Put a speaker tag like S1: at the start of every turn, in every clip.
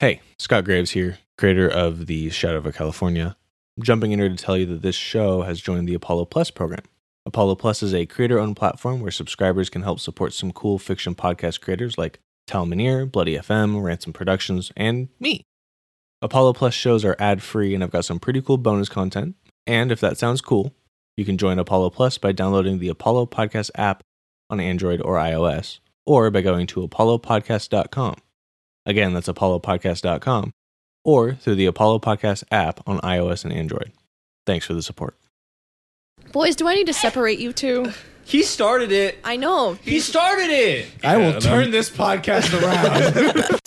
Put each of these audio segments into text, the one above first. S1: Hey, Scott Graves here, creator of the Shadow of California. I'm jumping in here to tell you that this show has joined the Apollo Plus program. Apollo Plus is a creator owned platform where subscribers can help support some cool fiction podcast creators like Tal Minear, Bloody FM, Ransom Productions, and me. Apollo Plus shows are ad free, and I've got some pretty cool bonus content. And if that sounds cool, you can join Apollo Plus by downloading the Apollo Podcast app on Android or iOS, or by going to apollopodcast.com. Again, that's apollopodcast.com or through the Apollo Podcast app on iOS and Android. Thanks for the support.
S2: Boys, do I need to separate you two?
S3: He started it.
S2: I know.
S3: He started it.
S4: I will turn
S5: this podcast around.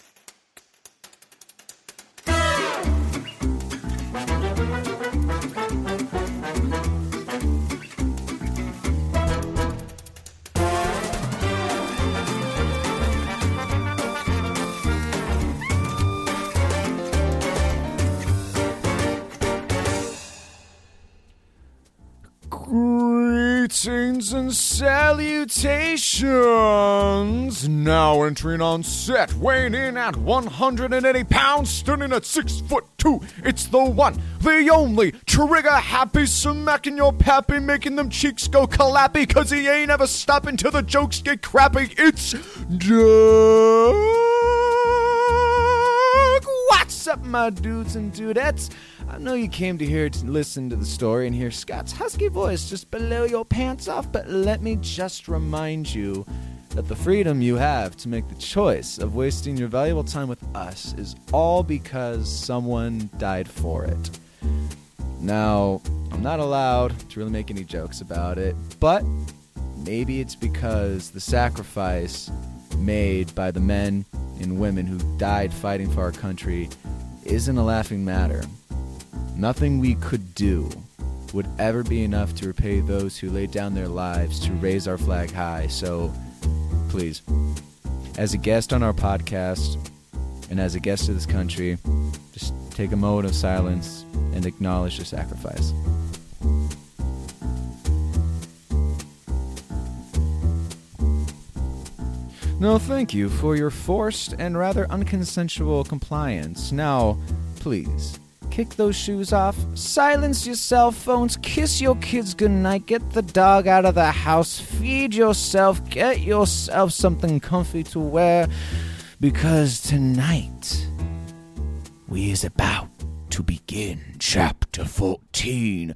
S4: Greetings and salutations! Now entering on set, weighing in at 180 pounds, standing at 6 foot 2. It's the one, the only, trigger happy, smacking your pappy, making them cheeks go clappy, cause he ain't ever stopping till the jokes get crappy. It's Doug What's up, my dudes and dudettes? I know you came to here to listen to the story and hear Scott's husky voice just below your pants off, but let me just remind you that the freedom you have to make the choice of wasting your valuable time with us is all because someone died for it. Now, I'm not allowed to really make any jokes about it, but maybe it's because the sacrifice made by the men and women who died fighting for our country isn't a laughing matter. Nothing we could do would ever be enough to repay those who laid down their lives to raise our flag high, so please, as a guest on our podcast and as a guest of this country, just take a moment of silence and acknowledge the sacrifice. No, thank you for your forced and rather unconsensual compliance. Now, please, kick those shoes off, silence your cell phones, kiss your kids goodnight, get the dog out of the house, feed yourself, get yourself something comfy to wear, because tonight we is about to begin chapter 14.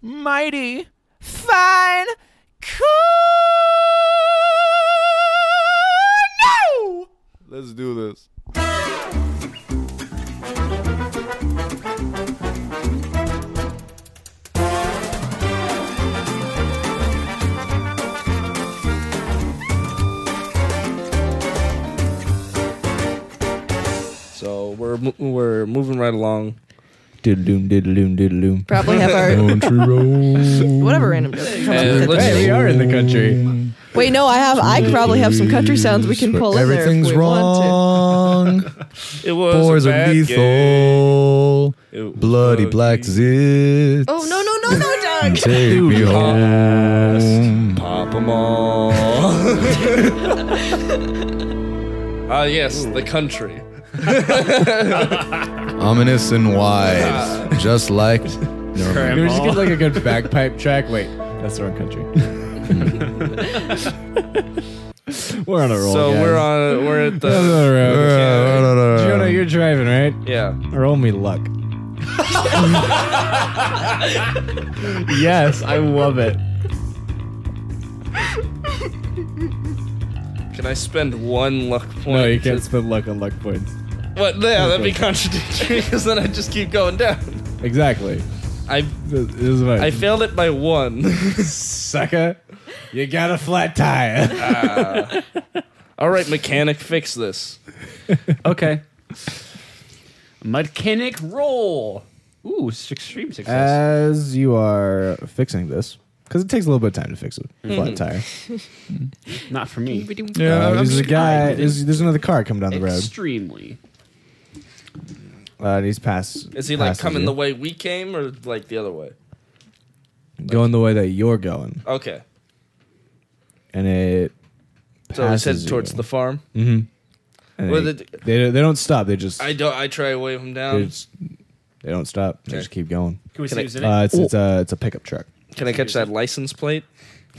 S4: Mighty fine cool. Let's do this.
S3: So we're mo- we're moving right along.
S4: Diddle-loom, diddle-loom, diddle-loom.
S2: Probably have our
S4: Country road.
S2: whatever random joke. comes up
S3: Uh,
S2: with
S3: let's-
S2: it.
S3: Hey, we are in the
S4: country.
S2: Wait, no, I have. I could probably have some country sounds we can pull in there. if
S4: Everything's
S2: we Want
S4: wrong.
S3: It was
S4: Boars
S3: a
S4: are
S3: bad
S4: lethal.
S3: game. It
S4: Bloody
S3: was
S4: black zits.
S2: to. Oh no no no no, Doug!
S4: Take
S5: uh,
S4: me home.
S3: Pop 'em all. Ah, yes, the country.
S4: Ominous and wise. Just like. Never mind.
S5: You're just getting like a good bagpipe track. Wait, that's the wrong country.
S4: Hmm.
S5: we're on a roll.
S3: So
S5: guys.
S3: we're on. We're at
S5: We're on
S3: the.
S5: a roll. Jonah,
S4: Jonah,
S5: you're driving, right?
S3: Yeah.
S5: Roll me luck. yes, I love it.
S3: Can I spend one luck point?
S5: No, you can't
S3: to-
S5: spend luck on luck points.
S3: What? Yeah, that'd be contradictory because then I just keep going down.
S5: Exactly.
S3: I
S5: This this is my
S3: I failed it by one.
S5: sucker. You got a flat tire.
S3: All right, mechanic, fix this.
S6: Okay. Mechanic roll. Ooh, s- extreme success.
S5: As you are fixing this, because it takes a little bit of time to fix a
S3: Mm-hmm.
S5: flat tire.
S6: Not for me.
S5: Yeah,
S6: I'm
S5: there's a
S6: just- I
S5: guy.
S6: did
S5: There's, there's another car coming down the road.
S6: Extremely.
S5: Uh, and he's past.
S3: Is he like
S5: passes
S3: coming
S5: you.
S3: the way we came or like the other way?
S5: going the way that you're going,
S3: Okay.
S5: and it.
S3: So he's
S5: passes
S3: headed towards
S5: you.
S3: the farm.
S5: Mhm. And
S7: Well,
S5: they,
S7: the-
S5: they they don't stop. They just
S7: I don't. I try to wave him
S5: they,
S7: down.
S5: just, they don't stop. They
S7: Okay.
S5: just keep going.
S6: Can we
S7: Can
S6: see
S7: I-
S6: who's in it?
S5: Uh, it's it's a it's a pickup truck.
S7: Can I catch that license plate?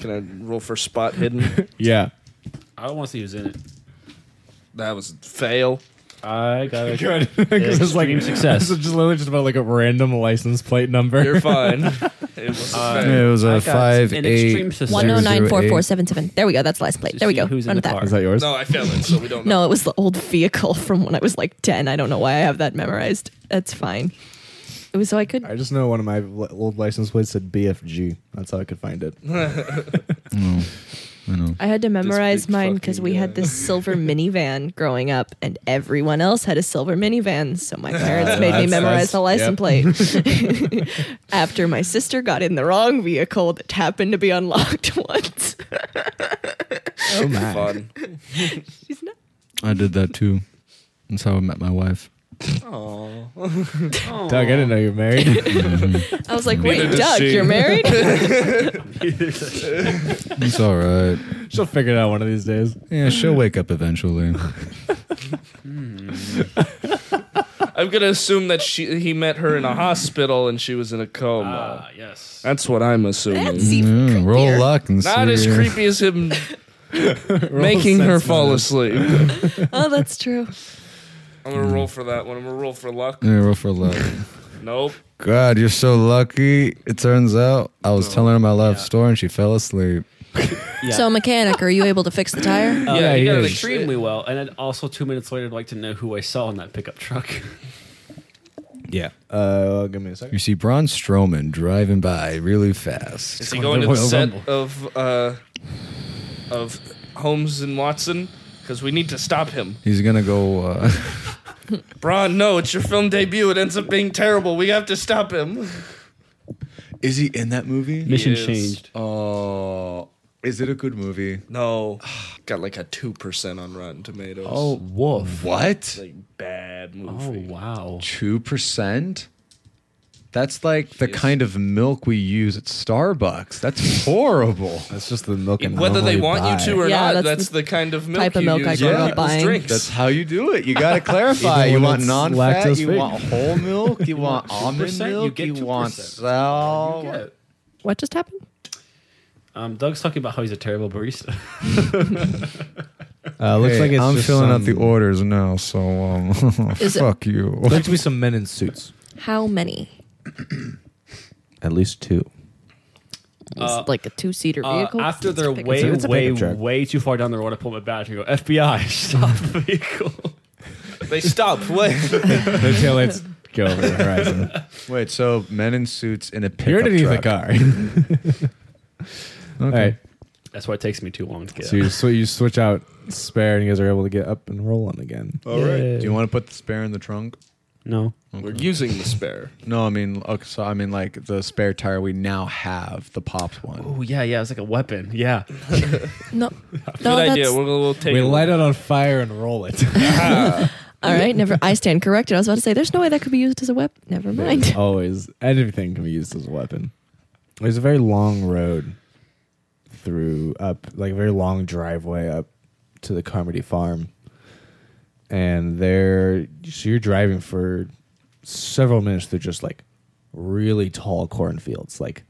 S7: Can I roll for spot hidden?
S5: Yeah.
S6: I don't want to see who's in it.
S7: that was a fail.
S6: I got a
S5: Good. Because it's like
S6: Extreme success.
S5: This is just literally just about like a random license plate number.
S7: You're fine. it was a fail.
S2: It was
S6: I
S2: a
S6: got
S2: five
S6: an
S2: eight.
S6: extreme success.
S2: zero, zero,
S8: 1094477. There we go. That's the last plate. There we
S6: see
S8: go.
S6: who's in
S8: Run
S6: the
S8: with that.
S6: car.
S5: Is that yours?
S7: No, I failed it, so we don't know.
S8: No, it was the old vehicle from when I was like 10. I don't know why I have that memorized. That's fine. It was so I could.
S5: I just know one of my li- old license plates said BFG. That's how I could find it.
S2: No, I know.
S8: I had to memorize
S7: big
S8: mine because
S7: fucking uh,
S8: we had
S7: guy.
S8: this silver minivan growing up, and everyone else had a silver minivan. So my parents made me
S5: that's-
S8: memorize the
S5: that's-
S8: license plate. After my sister got in the wrong vehicle that happened to be unlocked once.
S5: Oh my.
S7: fun.
S8: She's not.
S2: I did that too. That's how I met my wife.
S5: Doug, I didn't know you were married.
S2: Mm-hmm.
S8: I was like, wait,
S7: Neither does
S8: Doug,
S7: she.
S8: you're married?
S2: It's all right.
S5: She'll figure it out one of these days.
S2: Yeah, she'll wake up eventually.
S7: I'm gonna assume that she he met her in a hospital and she was in a coma.
S6: Ah, yes.
S7: That's what I'm assuming.
S8: That's even
S2: Yeah, roll
S8: creepier.
S2: luck and
S7: Not
S2: see.
S7: as creepy as him making her fall asleep. I'm
S8: Oh, that's true.
S7: gonna roll for that one. I'm gonna roll for luck.
S2: Yeah, roll for luck.
S7: Nope.
S2: God, you're so lucky. It turns out I was telling her my life story and she fell asleep.
S6: Yeah.
S8: So, mechanic, are you able to fix the tire?
S6: Uh,
S7: Yeah,
S6: yeah,
S7: he
S6: he got it
S7: is.
S6: extremely well. And then also two minutes later, I'd like to know who I saw in that pickup truck.
S9: Yeah.
S5: Uh, give me a
S2: You
S5: second.
S2: see Braun Strowman driving by really fast.
S7: Is he going to the set of uh, of Holmes and Watson? Because we need to stop him.
S2: He's gonna go. Uh,
S7: Braun, no, it's your film debut. It ends up being terrible. We have to stop him.
S2: is he in that movie?
S6: Mission
S7: Yes.
S6: changed.
S2: Oh, is it a good movie?
S7: No. Got like a 2% on Rotten Tomatoes.
S2: woof! What?
S7: Like bad
S6: Oh,
S7: movie.
S6: wow.
S2: Two percent. That's like the kind of milk we use at Starbucks. That's horrible.
S5: That's just the milk and
S7: Whether they want you to or
S8: Yeah,
S7: not, that's,
S8: that's
S7: the, kind of milk
S8: type of
S7: you
S8: milk I
S7: use
S8: grew
S7: on
S2: up
S7: people's
S8: buying.
S7: drinks.
S2: That's how you do it. You gotta clarify.
S5: Even
S2: you
S5: when
S2: want
S5: it's
S2: non-fat. You
S5: lactose-free.
S2: want whole milk. You want
S6: want
S2: almond
S6: 2%, you
S2: milk.
S6: get
S2: You, want
S6: 2%.
S2: sal.
S6: Yeah.
S8: What just happened?
S6: Um, Doug's talking about how he's a terrible barista.
S5: Uh, looks like it's
S2: I'm
S5: just
S2: filling out
S5: some-
S2: the orders now, so um,
S8: Is it-
S2: fuck you.
S5: Looks to be some men in suits.
S8: How many?
S5: At least two.
S7: Uh,
S8: It's like a two seater
S6: Uh,
S8: vehicle.
S6: after
S8: Let's
S6: they're
S8: pick a
S6: way,
S8: two.
S5: it's a
S6: way,
S5: pickup truck.
S6: way too far down the road, I pull my badge and go, FBI, stop the vehicle.
S7: they stop. What?
S5: The taillights go over the horizon.
S2: Wait, so men in suits in a pickup
S5: You're underneath
S2: truck.
S5: the car. All right.
S6: That's why it takes me too long to get
S5: So you, sw- you switch out spare and you guys are able to get up and rolling again.
S2: All right. Do you want to put the spare in the trunk?
S6: No.
S7: We're using the spare.
S2: No, I mean, okay, so I mean, like the spare tire we now have, the popped one.
S6: Oh, yeah, yeah. It's like a weapon. Yeah.
S8: No,
S7: Good
S8: no
S7: idea.
S8: that's-
S7: We're gonna we'll take
S5: We
S7: it.
S5: light it on fire and roll it.
S8: All right, never. I stand corrected. I was about to say, there's no way that could be used as a weapon. Never mind.
S5: Always. Anything can be used as a weapon. There's a very long road through up, like a very long driveway up to the Carmody farm. And there, so you're driving for several minutes through just like really tall cornfields. Like,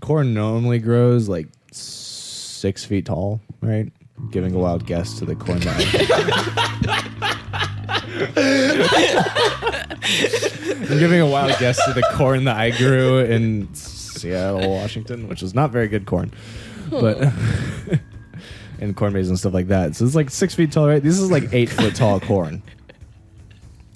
S5: corn normally grows like six feet tall, right? Giving a wild guess to the corn dog. I'm giving a wild guess to the corn that I grew in Seattle, Washington, which is not very good corn, but and corn maze and stuff like that. So it's like six feet tall, right? This is like eight foot tall corn.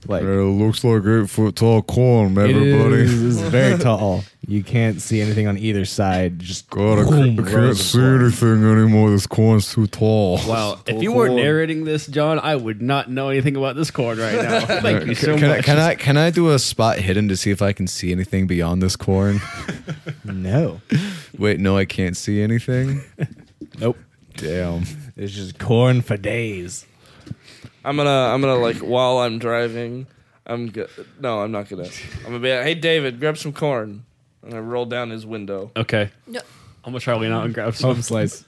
S5: Like
S2: looks like eight foot tall corn,
S5: it is, it's very tall. You can't see anything on either side. Just boom, rows of corn.
S2: anything anymore. This corn's too tall.
S6: Wow. if you weren't narrating this, John, I would not know anything about this corn right now. Thank you
S2: Can,
S6: so
S2: can I,
S6: much.
S2: can I can I do a spot hidden to see if I can see anything beyond this corn?
S5: No.
S2: Wait, no, I can't see anything.
S5: Nope.
S2: Damn.
S5: It's just corn for days.
S7: I'm gonna I'm gonna like while I'm driving. I'm go- no, I'm not gonna. I'm gonna be like, hey David, grab some corn, and I roll down his window.
S6: Okay.
S8: No.
S2: Oh,
S6: I'm going to try lean out and grab some.
S5: Home slice.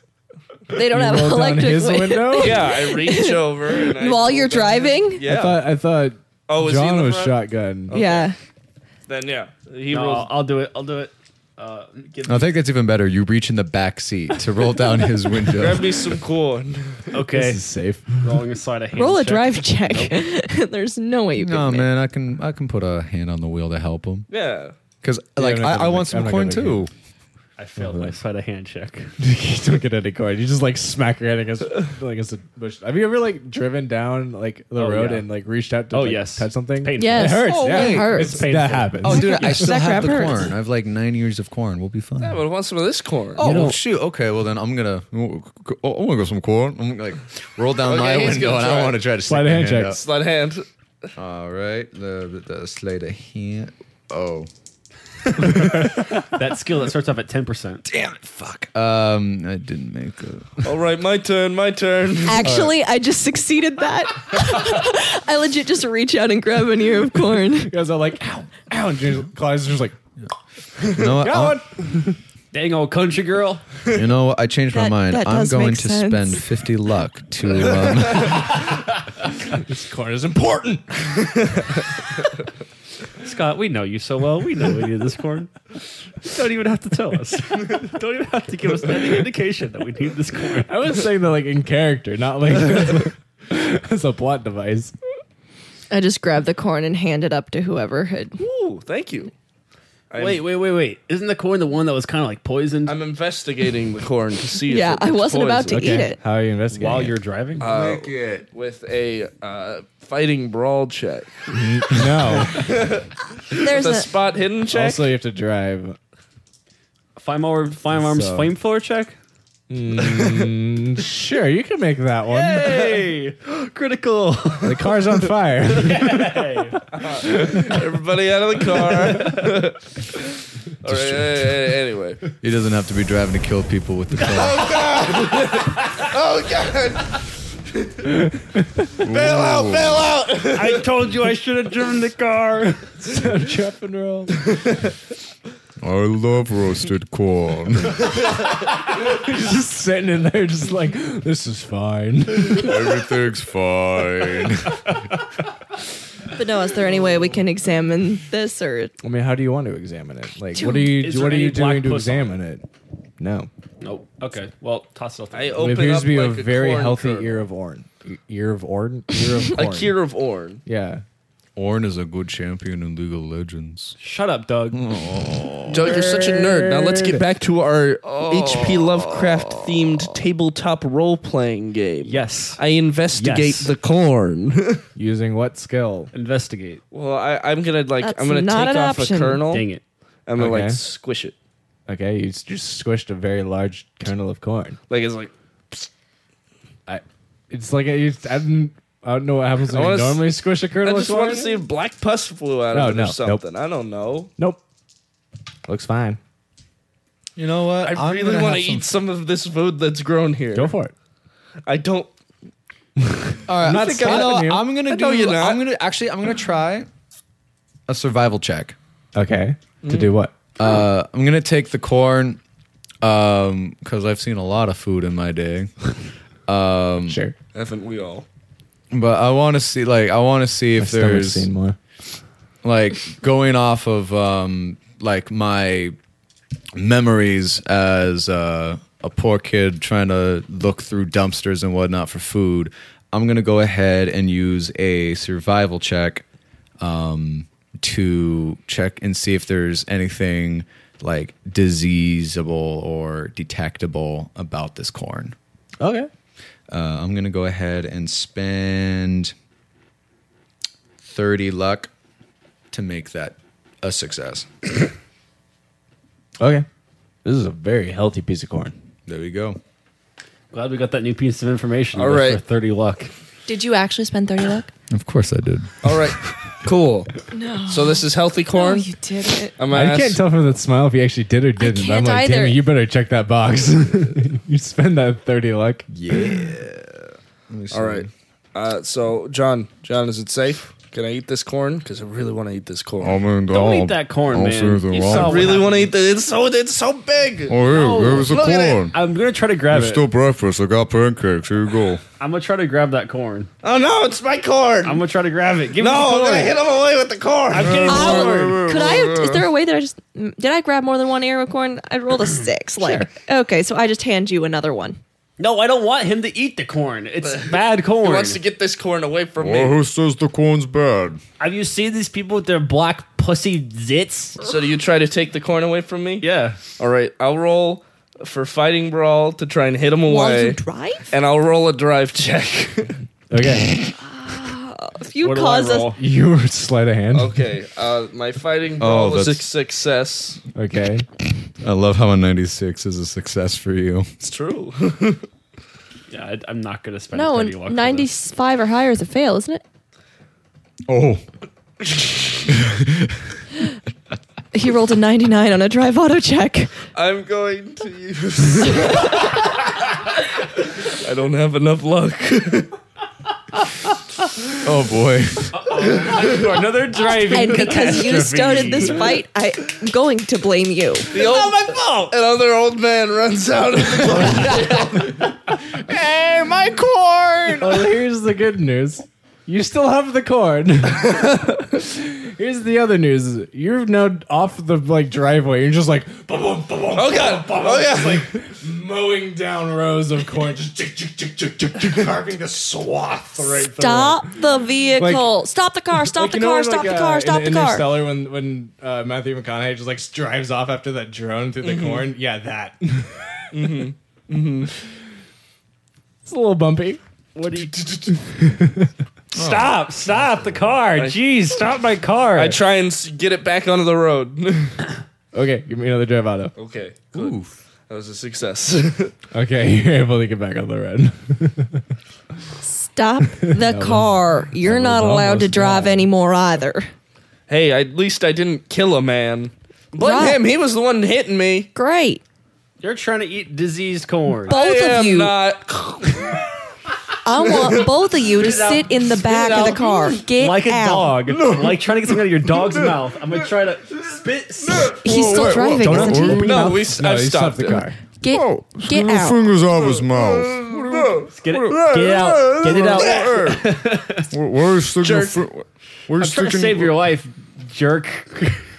S8: They don't
S5: You
S8: have
S5: rolled down
S8: electric
S5: his
S8: win-
S5: window.
S7: Yeah, I reach over and I
S8: while you're driving.
S5: I
S7: Yeah.
S5: thought I thought
S7: oh, is he in
S5: John
S7: the
S5: was
S7: front?
S5: shotgun.
S8: Yeah.
S7: Then yeah, he
S6: No,
S7: rolls.
S6: I'll, I'll do it. I'll do it. Uh, get
S2: I think that's even better. You reach in the back seat to roll down his window.
S7: Grab me some corn.
S6: okay.
S5: This is safe.
S6: Rolling a side of hand.
S8: Roll a
S6: check.
S8: drive check. There's no way you can.
S2: No
S8: make-
S2: man, I can I can put a hand on the wheel to help him.
S7: Yeah.
S2: Because
S5: Yeah,
S2: like
S5: I'm not
S2: I, I
S5: gonna
S2: want
S5: make-
S2: some
S5: I'm not
S2: coin
S5: gonna make
S2: too.
S6: I failed my side of hand check.
S5: you don't get any corn. You just like smack your head against like against a bush. Have you ever like driven down like the
S6: Oh,
S5: road
S6: yeah.
S5: and like reached out to
S6: Oh,
S5: like,
S6: yes.
S5: touch something?
S6: Painful.
S8: Yes.
S5: It hurts.
S8: Oh,
S5: yeah,
S8: it hurts.
S6: It's painful.
S5: That happens.
S2: Oh, dude, I
S8: That
S2: still
S8: crap
S2: have the
S8: hurts.
S2: corn. I have like nine years of corn. We'll be fine.
S7: Yeah, but I want some of this corn.
S2: Oh shit! Okay, well then I'm gonna oh, I want to go some corn. I'm gonna, like roll down my
S7: Okay, he's
S2: window
S7: gonna
S2: and I
S7: try.
S2: want to try to
S5: Slide
S2: stick my
S5: hand
S2: hand
S5: checks.
S7: Slut hand.
S2: up. All right, the the, the slide a hand. Oh
S6: That skill that starts off at ten percent.
S2: damn it! Fuck. Um, I didn't make it.
S7: All right, my turn. My turn.
S8: Actually, I just succeeded that. I legit just reach out and grab an ear of corn.
S5: You guys are like ow, ow, and James, Clyde's just like
S2: You know
S5: going.
S2: what? I'll-
S6: Dang old country girl.
S2: You know what? I changed my
S8: That-
S2: mind.
S8: that
S2: I'm
S8: does
S2: going
S8: make
S2: to
S8: sense.
S2: spend fifty luck to. Um,
S5: This corn is important.
S6: Scott, we know you so well. We know we need this corn. You don't even have to tell us. don't even have to give us any indication that we need this corn.
S5: I was saying that like in character, not like as a plot device.
S8: I just grabbed the corn and hand it up to whoever had.
S7: Ooh, thank you. I'm,
S6: Wait, wait, wait, wait. Isn't the corn the one that was kind of like poisoned
S7: I'm investigating the corn to see.
S8: Yeah,
S7: if it
S8: I
S7: was
S8: wasn't about to
S7: poisoned.
S8: eat it.
S5: How are you investigating?
S6: while
S5: it?
S6: you're driving?
S7: Uh, with a uh, fighting brawl check.
S5: no.
S8: There's
S7: The
S8: a
S7: spot hidden check.
S5: Also, you have to drive.
S6: firearm, firearms,
S5: so-
S6: flamethrower check.
S5: Mm, sure, you can make that one.
S6: Hey, critical.
S5: The car's on fire.
S7: Everybody out of the car. All right, a- a- anyway.
S2: he doesn't have to be driving to kill people with the car.
S7: Oh God! bail out! Bail out!
S6: I told you I should have driven the car.
S5: Chop and roll.
S2: I love roasted corn.
S5: He's just sitting in there, just like this is fine.
S2: Everything's fine.
S8: But no, is there any way we can examine this or
S5: I mean, how do you want to examine it? Like, what are you?
S6: Is there
S5: what are
S6: any
S5: you
S6: black
S5: doing to
S6: puss on it?
S5: examine it? No,
S6: Nope. Okay. Well, toss it off.
S7: I
S6: The
S5: it
S7: open
S5: appears
S7: up
S5: to be
S7: like
S5: a very
S7: corn
S5: healthy
S7: kernel.
S5: ear of orange. Ear of orange. Ear of
S7: A
S5: corn.
S7: cure of Orn.
S5: Yeah.
S2: Orn is a good champion in League of Legends.
S6: Shut up, Doug.
S7: Doug, you're such a nerd. Now let's get back to our HP Lovecraft themed tabletop role playing game.
S6: Yes.
S7: I investigate
S6: Yes.
S7: the corn.
S5: Using what skill?
S6: Investigate.
S7: well, I, I'm gonna like
S8: That's
S7: I'm gonna
S8: not
S7: take
S8: an
S7: off
S8: option.
S7: a kernel.
S6: Dang it.
S7: I'm gonna
S5: Okay.
S7: like squish it.
S5: Okay, you s- just squished a very large kernel of corn.
S7: Like it's like
S5: I. It's like I. it's- I don't. I don't know what happens when
S7: I
S5: you
S7: wanna s-
S5: normally squish a
S7: I
S5: kernel
S7: just
S5: of corn.
S7: want to see if black pus flew out
S5: No,
S7: of it
S5: no,
S7: or
S5: nope.
S7: something. I don't know.
S5: Nope. Looks fine.
S2: You know what?
S7: I really want to eat some of this food that's grown here.
S5: Go for it.
S7: I don't.
S2: All right,
S5: I'm not
S2: I think I- you know,
S5: stopping you.
S2: I'm gonna
S7: I
S2: do.
S7: know you're not.
S2: I'm gonna actually. I'm gonna try a survival check.
S5: Okay.
S7: Mm.
S5: To do what?
S2: Uh, I'm gonna take the corn because I've seen a lot of food in my day.
S7: Um,
S5: sure.
S7: Haven't we all?
S2: But I want to see, like, I want to see
S5: My
S2: if
S5: stomach's
S2: there's
S5: seen more.
S2: like going off of um, like my memories as uh, a poor kid trying to look through dumpsters and whatnot for food. I'm gonna go ahead and use a survival check um, to check and see if there's anything like diseaseable or detectable about this corn.
S5: Okay.
S2: Uh, I'm gonna go ahead and spend thirty luck to make that a success.
S5: Okay. This is a very healthy piece of corn.
S2: There we go.
S6: Glad we got that new piece of information.
S7: All
S6: All right.
S7: right.
S6: For 30 luck.
S8: did you actually spend thirty luck?
S2: Of course I did.
S7: All right, cool.
S8: No.
S7: So this is healthy corn.
S8: No, you did it.
S7: I'm gonna
S5: I
S7: ask-
S5: can't tell from that smile if he actually did or didn't. I'm
S8: can't
S5: like, damn
S8: either.
S5: it, you better check that box. you spend that 30 luck.
S2: Yeah. Let me see.
S7: All right. Uh, so John, John, is it safe? Can I eat this corn? Because I really want to eat this corn.
S5: Oh,
S2: Almond
S6: Don't eat that corn, man. You saw
S7: I
S6: what
S7: really
S6: happened.
S7: want to eat the. It's so it's so big.
S2: Oh, yeah, there was a
S7: look at it.
S2: corn.
S6: I'm gonna try to grab it.
S2: It's still breakfast. I got pancakes. Here you go.
S6: I'm gonna try to grab that corn.
S7: Oh no, it's my corn.
S6: I'm gonna try to grab it. Give
S7: no,
S6: me the corn.
S7: I'm gonna hit him away with the corn.
S6: I'm getting
S8: I
S6: the corn.
S8: would- could I? Have, is there a way that I just mm, did I grab more than one arrow corn? I rolled a six. Like okay, so I just hand you another one.
S6: No, I don't want him to eat the corn. It's bad corn.
S7: He wants to get this corn away from
S2: Well,
S5: Oh.
S7: me.
S2: who says the corn's bad?
S6: Have you seen these people with their black pussy zits?
S7: So do you try to take the corn away from me?
S6: Yeah.
S7: All right, I'll roll for fighting brawl to try and hit him
S8: While you
S7: away,
S8: drive,
S7: and I'll roll a drive check.
S5: Okay.
S8: if you
S6: What do I
S8: cause us,
S6: roll?
S5: you were sleight of hand.
S7: okay, uh, my fighting brawl was a
S2: that's-
S7: success.
S5: Okay.
S2: I love how a 96 is a success for you.
S7: It's true.
S6: Yeah, I, I'm not gonna spend.
S8: no,
S6: petty luck for
S8: and ninety-five or higher is a fail, isn't it?
S2: Oh.
S8: He rolled a ninety-nine on a drive auto check.
S7: I'm going to use. I don't have enough luck.
S2: Oh, boy.
S6: this. For another driving.
S8: And because you started this fight, I'm going to blame you.
S7: The old, not my fault. Another old man runs out of the
S5: hey, my corn! Well, Oh, here's the good news. You still have the corn. here's the other news. You're now off the like driveway. You're just like boom, boom, boom, boom,
S7: Oh, God.
S5: boom, boom,
S7: Oh, yeah.
S5: Just, like mowing down rows of corn, just tick, tick, tick, tick, tick, tick, carving the swath right through.
S8: Stop the vehicle. stop the car. Stop
S5: Like,
S8: the
S5: you know
S8: car.
S5: when,
S8: Stop
S5: like,
S8: the
S5: uh,
S8: car.
S5: in-
S8: Stop the
S5: in
S8: car.
S5: Interstellar, when when uh, Matthew McConaughey just like drives off after that drone through the corn. Yeah, that. mm-hmm. Mm-hmm.
S8: Mm-hmm.
S5: It's a little bumpy. Oh.
S6: What do you? Stop! Stop the car! Jeez, stop my car!
S7: I try and s- get it back onto the road.
S5: Okay, give me another drive auto.
S6: Oh.
S7: okay. Good. That was a success.
S5: Okay, you're able to get back on the road.
S8: Stop the car. You're not allowed to
S5: almost
S8: drive
S5: bad.
S8: anymore either.
S7: hey, at least I didn't kill a man. Blame
S8: Right.
S7: him. He was the one hitting me.
S8: Great.
S6: You're trying to eat diseased corn.
S8: Both
S7: I
S8: of
S7: am
S8: you.
S7: not.
S8: I want both of you to
S6: it out.
S8: sit in the back
S6: it
S8: of the
S6: out.
S8: car. Get
S6: like a
S8: out.
S6: dog. Like trying to get something out of your dog's mouth. I'm gonna try to spit.
S8: He's still driving,
S6: Don't
S8: isn't he?
S2: open
S7: No, we, s- I've stopped it.
S8: Get, get
S2: Your
S8: out.
S2: fingers out of his mouth.
S6: Get it, get it out. Get it out.
S2: Where, where are you sticking your
S7: Jerk.
S2: fi- where
S6: I'm trying
S2: are you
S6: to
S2: sticking-
S6: save your life, jerk.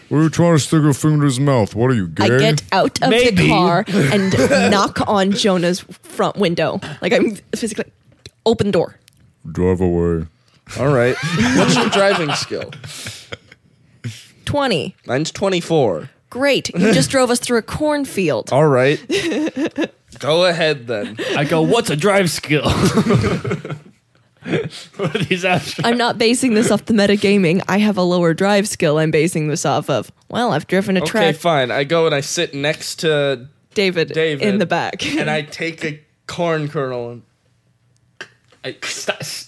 S2: where are you trying to stick your finger in his mouth? What are you, gay?
S8: I get out of the
S6: Maybe.
S8: car and knock on Jonah's front window. Like I'm physically open door.
S2: Drive away.
S7: All right. What's your driving skill?
S8: Twenty.
S7: Mine's 24.
S8: Great. You just drove us through a cornfield.
S7: All right. Go ahead then.
S6: I go, what's a drive skill? what are these abstract?
S8: I'm not basing this off the metagaming. I have a lower drive skill I'm basing this off of. Well, I've driven a
S7: Okay,
S8: track,
S7: fine. I go and I sit next to
S8: David,
S7: David.
S8: in the back.
S7: and I take a corn kernel and
S6: I- st- st-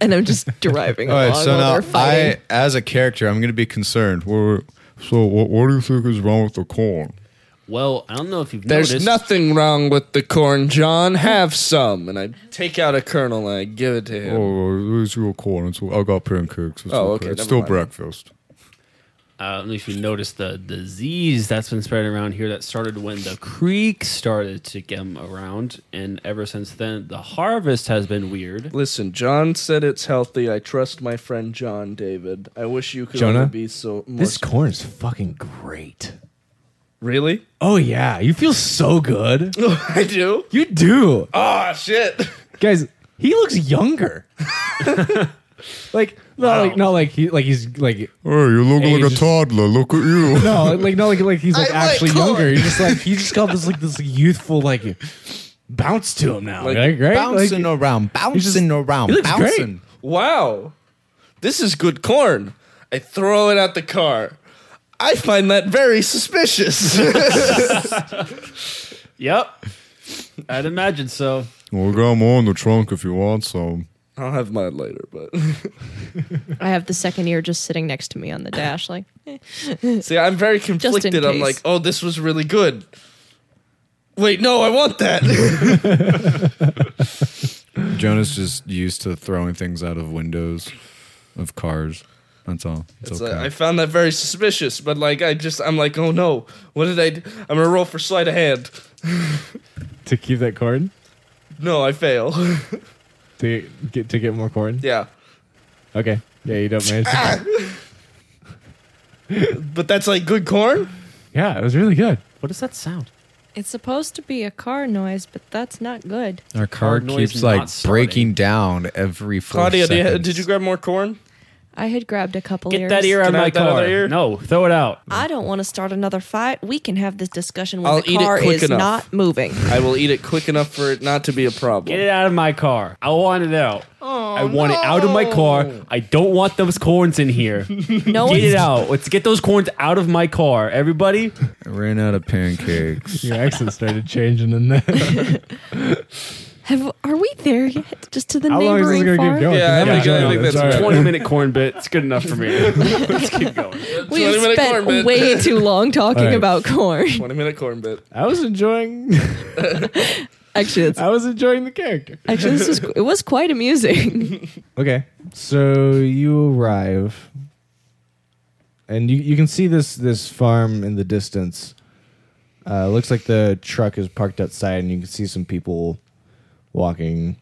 S8: and I'm just driving
S2: All
S8: along
S2: right, so
S8: while
S2: now
S8: they're fighting.
S2: I, as a character, I'm going to be concerned. Where, so, what, what do you think is wrong with the corn?
S6: Well, I don't know if you've
S7: there's
S6: noticed.
S7: nothing wrong with the corn, John. Have some. And I take out a kernel and I give it to him.
S2: Oh, it's your corn. It's, I got pancakes. It's
S7: Oh, okay,
S2: okay. It's
S7: never
S2: still
S7: mind.
S2: breakfast.
S6: uh, I don't know if you noticed the disease that's been spread around here that started when the creek started to come around, and ever since then the harvest has been weird.
S7: Listen, John said it's healthy. I trust my friend John, David. I wish you could
S5: Jonah?
S7: only be so. More
S5: This corn is fucking great.
S7: really?
S5: Oh yeah, you feel so good.
S7: I do.
S5: You do,
S7: Ah, shit.
S5: guys. He looks younger. like not like not like he like he's like
S2: Hey, you look
S5: Hey,
S2: like a
S5: just-
S2: toddler. Look at you.
S5: no like not like like he's like
S7: I like
S5: actually
S7: corn.
S5: younger. He's just like he just got this like this youthful like bounce to him now. Like, right? Like,
S2: around, bouncing around,
S5: he looks great.
S7: Wow. This is good corn. I throw it out the car. I find that very suspicious.
S6: Yep, I'd imagine so.
S2: Well, we got more in the trunk if you want some.
S7: I'll have mine later, but
S8: I have the second ear just sitting next to me on the dash, like
S7: see, I'm very conflicted. I'm
S8: case.
S7: like, oh, this was really good. Wait, no, I want that.
S2: Jonah's just used to throwing things out of windows. of cars. That's all. It's,
S7: It's
S2: okay.
S7: like, I found that very suspicious, but like I just I'm like, oh no, what did I? Do? I'm gonna roll for sleight of hand.
S5: to keep that corn
S7: No, I fail.
S5: to get to get more corn.
S7: yeah, Ah!
S5: Okay, yeah, you don't manage. to-
S7: but that's like good corn.
S5: yeah, it was really good.
S6: What does that sound?
S8: It's supposed to be a car noise, but that's not good.
S2: Our car
S6: Hard noise
S2: keeps
S6: not
S2: like
S6: starting.
S2: breaking down every four
S7: Claudia, do you,
S2: seconds.
S7: did you grab more corn?
S8: I had grabbed a couple
S6: Get
S8: ears.
S6: that ear out of
S7: Can I
S6: my
S7: have that
S6: car.
S7: other ear?
S6: No, throw it out.
S8: I don't want to start another fight. We can have this discussion when
S7: I'll eat
S8: the
S7: it
S8: car
S7: quick
S8: is
S7: enough.
S8: not moving.
S7: I will eat it quick enough for it not to be a
S6: Get
S7: problem.
S6: it out of my car. I want it out.
S7: Oh,
S6: I want it out of my car. I don't want those corns in here.
S8: No
S6: get
S8: one's
S6: it out. Let's get those corns out of my car. Everybody,
S2: I ran out of pancakes.
S5: Your accent started changing in there.
S8: Have, are we there yet? Just to the
S5: How long is this
S8: neighboring
S5: gonna
S8: farm?
S5: keep going?
S7: Yeah,
S5: I'm
S7: I think-
S5: not
S7: I
S5: done.
S7: think
S5: It's
S7: that's
S5: all right.
S6: 20 minute corn bit. It's good enough for me. Let's keep going.
S7: 20
S8: We have
S7: minute
S8: spent
S7: corn bit.
S8: way too long talking
S5: All right.
S8: about corn.
S7: Twenty minute corn bit.
S5: I was enjoying.
S8: Actually, it's,
S5: I was enjoying the character.
S8: actually, this was it was quite amusing.
S5: Okay, so you arrive, and you, you can see this this farm in the distance. Uh, looks like the truck is parked outside, and you can see some people walking.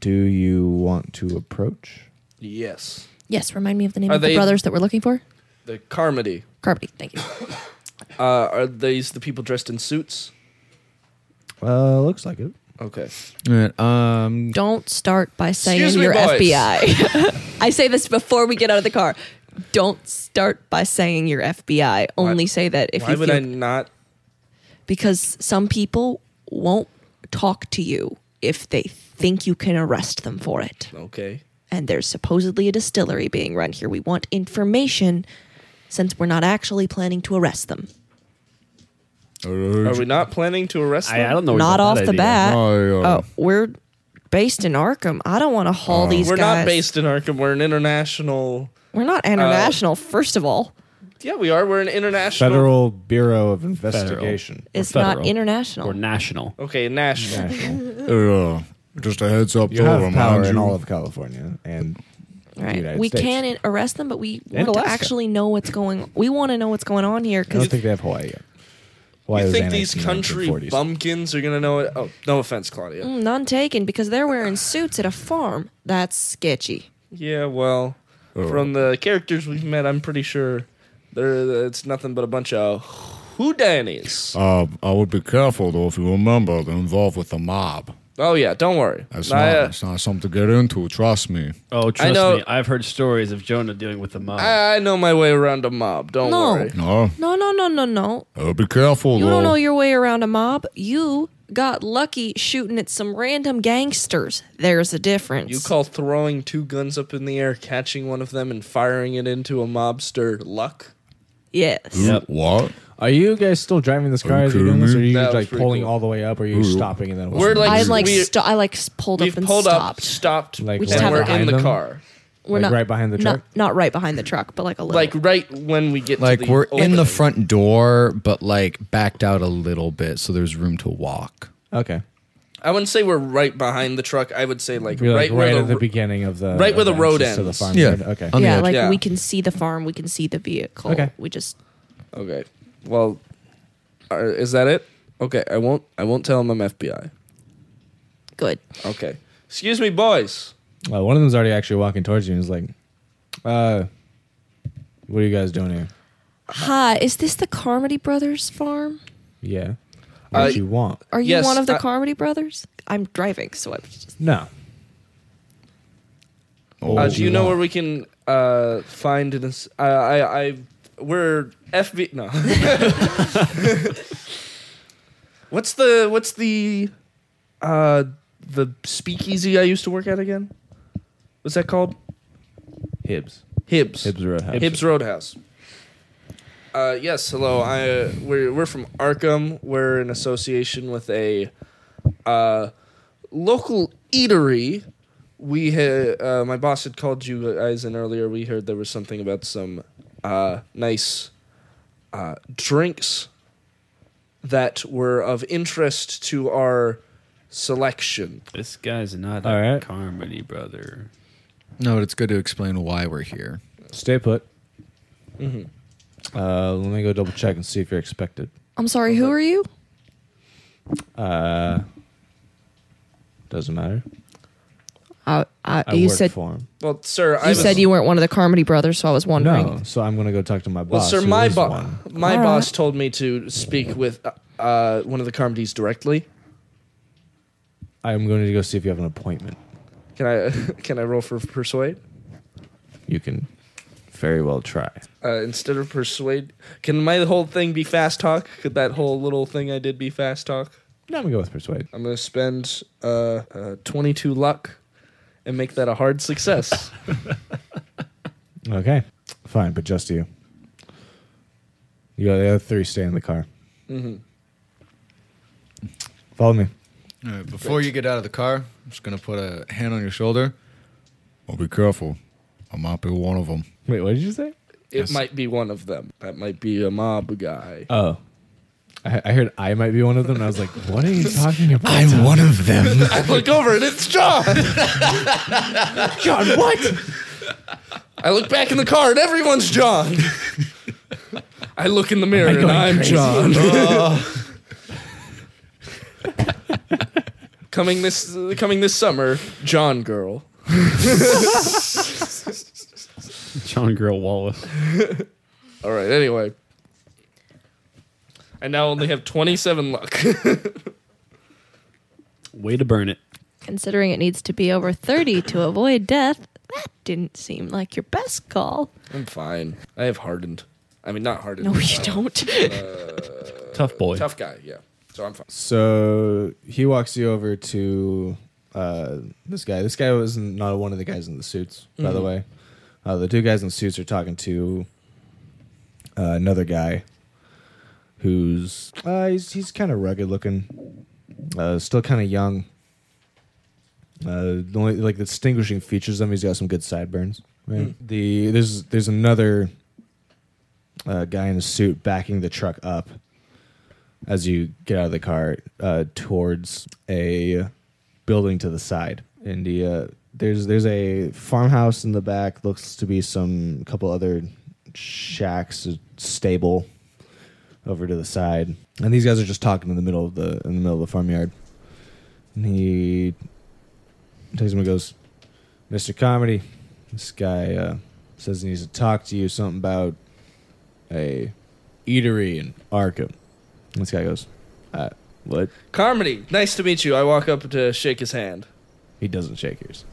S5: Do you want to approach?
S7: Yes,
S8: yes, remind me of the name
S7: Are
S8: of the
S7: they-
S8: brothers that we're looking for.
S7: the Carmody.
S8: Carmody, thank you.
S7: Uh, are these the people dressed in suits?
S5: Uh, looks like it.
S7: Okay.
S2: Alright, um,
S8: Don't start by saying
S7: Excuse me,
S8: you're
S7: boys.
S8: FBI. I say this before we get out of the car. Don't start by saying you're FBI. Only say that if
S7: Why
S8: you
S7: would
S8: feel
S7: I not?
S8: because some people won't talk to you if they think you can arrest them for it.
S7: Okay.
S8: And there's supposedly a distillery being run here. We want information since we're not actually planning to arrest them.
S7: Are we not planning to arrest
S6: I, I
S7: them?
S6: don't know.
S8: not
S6: about
S8: off
S6: that
S8: the
S6: idea.
S8: bat.
S2: Oh, yeah.
S8: Oh, we're based in Arkham. I don't want to haul these
S7: We're
S8: guys.
S7: not based uh, in Arkham. We're an international.
S8: We're not international, first of all.
S7: Yeah, we are. We're an international.
S5: Federal Bureau of Investigation.
S8: It's
S6: federal.
S8: not international.
S6: Or national.
S7: Okay, national.
S2: Uh, just a heads up
S5: You have power in all of California, and
S8: Right.
S5: United
S8: we
S5: States.
S8: can in- arrest them, but we
S5: And
S8: want to
S5: Alaska.
S8: actually know what's going We want to know what's going on here
S5: I don't
S8: because
S5: think they have Hawaii yet. Hawaii
S7: you
S5: was
S7: think these
S5: annexed in the
S7: country
S5: 1940s.
S7: bumpkins are gonna know it? Oh, no offense, Claudia.
S8: none taken because they're wearing suits at a farm. That's sketchy.
S7: Yeah, well, from the characters we've met, I'm pretty sure there it's nothing but a bunch of whodunnies.
S2: Uh, I would be careful though if you remember they're involved with the mob.
S7: oh yeah, don't worry.
S2: That's
S7: I,
S2: not,
S7: uh,
S2: it's not something to get into. Trust me.
S6: Oh, trust
S7: know- Uh,
S6: me. I've heard stories of Jonah dealing with the mob.
S7: I, I know my way around a mob. Don't
S8: No.
S7: worry.
S2: No,
S8: No, no, no, no, no.
S2: uh, be careful
S8: You
S2: though.
S8: don't know your way around a mob. You got lucky shooting at some random gangsters. There's a difference.
S7: You call throwing two guns up in the air, catching one of them, and firing it into a mobster luck?
S8: yes.
S6: Yep.
S2: what?
S5: Are you guys still driving this car as you're doing
S2: kidding
S5: this, or
S2: me?
S5: are you
S7: That was
S5: like
S7: pretty
S5: pulling
S7: cool.
S5: all the way up, or are you stopping and then?
S7: We're like,
S8: I like
S7: we,
S8: sto- I like s- pulled up
S7: we've
S8: and
S7: pulled up,
S8: stopped.
S7: stopped,
S5: Like,
S8: We just
S7: and
S8: haven't
S7: we're in
S8: behind
S7: the
S5: them?
S7: car.
S8: We're
S5: Like,
S8: not
S5: right behind the
S8: not-
S5: truck?
S8: Not, right behind the truck, but like a little.
S7: Like right when we get
S2: Like
S7: to the
S2: we're in the
S7: opening.
S2: front door, but like backed out a little bit, so there's room to walk.
S5: okay.
S7: I wouldn't say we're right behind the truck. I would say like,
S5: You're
S7: right,
S5: like right,
S7: where
S5: at the,
S7: r-
S5: beginning of the
S7: right where
S5: of
S7: the road
S5: access to the
S7: ends.
S5: farm
S2: Yeah.
S5: road. Okay.
S2: On the
S8: yeah,
S2: edge.
S8: like
S7: Yeah.
S8: we can see the farm, we can see the vehicle.
S5: Okay.
S8: We just
S7: Okay. Well, are, is that it? Okay. I won't. I won't tell him I'm FBI.
S8: good.
S7: Okay. Excuse me, boys.
S5: Well, one of them's already actually walking towards you and is like, uh, what are you guys doing here?
S8: Hi, is this the Carmody Brothers farm?
S5: Yeah. What
S7: Uh,
S5: you want?
S8: Are you
S7: Yes,
S8: one of the
S7: I-
S8: Carmody Brothers? I'm driving, so I'm just
S5: No.
S7: Uh, do you know where we can uh, find an? ass- Uh, I, I, we're FB. No. what's the What's the uh, the speakeasy I used to work at again? What's that called?
S5: Hibbs.
S7: Hibbs.
S5: Hibbs Roadhouse.
S7: Hibbs Roadhouse. Uh, yes, hello. I uh, we're we're from Arkham. We're in association with a uh, local eatery. We ha- uh, my boss had called you guys in earlier. We heard there was something about some uh, nice uh, drinks that were of interest to our selection.
S6: This guy's not
S5: All
S6: a
S5: right.
S6: Carmody brother.
S2: No, but it's good to explain why we're here.
S5: Stay put. Uh, let me go double check and see if you're expected.
S8: I'm sorry, who are you?
S5: Uh, doesn't matter.
S8: Uh, uh,
S5: I
S8: you
S5: work
S8: said
S5: for him.
S7: Well, sir, I
S8: you
S7: was,
S8: said you weren't one of the Carmody brothers, so I was wondering.
S5: No, so I'm gonna go talk to my
S7: Well,
S5: boss.
S7: sir,
S5: who
S7: my
S5: is
S7: boss,
S5: one.
S7: my
S8: All right.
S7: boss told me to speak with uh, uh, one of the Carmodys directly.
S5: I'm going to go see if you have an appointment.
S7: Can I can I roll for persuade
S5: You can very well try.
S7: uh, instead of persuade? Can my whole thing be fast talk? Could that whole little thing I did be fast talk?
S5: No, I'm gonna go with persuade.
S7: I'm gonna spend uh, uh, 22 luck and make that a hard success.
S5: Okay, fine, but just you. You got the other three. Stay in the car. Mm-hmm. Follow me.
S2: All right, before you get out of the car, I'm just gonna put a hand on your shoulder. Well, be careful. I might be one of them.
S5: Wait, what did you say?
S7: it
S2: Yes.
S7: might be one of them. That might be a mob guy.
S5: Oh, I, I heard I might be one of them, and I was like, "What are you talking about?"
S2: I'm one of them.
S7: I look over and it's John.
S5: John, what?
S7: I look back in the car and everyone's John. I Oh. look in the mirror and I'm John. coming this coming this summer, John girl.
S6: John Girl Wallace.
S7: All right. Anyway, I now only have 27 luck.
S6: Way to burn it.
S8: Considering it needs to be over 30 to avoid death, that didn't seem like your best call.
S7: I'm fine. I have hardened. I mean, not hardened.
S8: No, you
S7: Uh,
S8: don't.
S6: Tough boy.
S7: Tough guy. Yeah. So I'm fine.
S5: So he walks you over to uh, this guy. This guy was not one of the guys in the suits, by the way. Uh, the two guys in the suits are talking to uh, another guy who's uh, he's he's kind of rugged looking, uh, still kind of young. Uh, the only like the distinguishing features of him, he's got some good sideburns. Right? The there's there's another uh, guy in a suit backing the truck up as you get out of the car uh, towards a building to the side. And the, uh, there's there's a farmhouse in the back. Looks to be some couple other shacks, a stable over to the side. And these guys are just talking in the middle of the in the middle of the farmyard. And he takes him and goes, "Mr. Comedy, this guy uh, says he needs to talk to you something about a eatery in Arkham." This guy goes, uh, "What?"
S7: Carmody, nice to meet you. I walk up to shake his hand.
S5: He doesn't shake yours.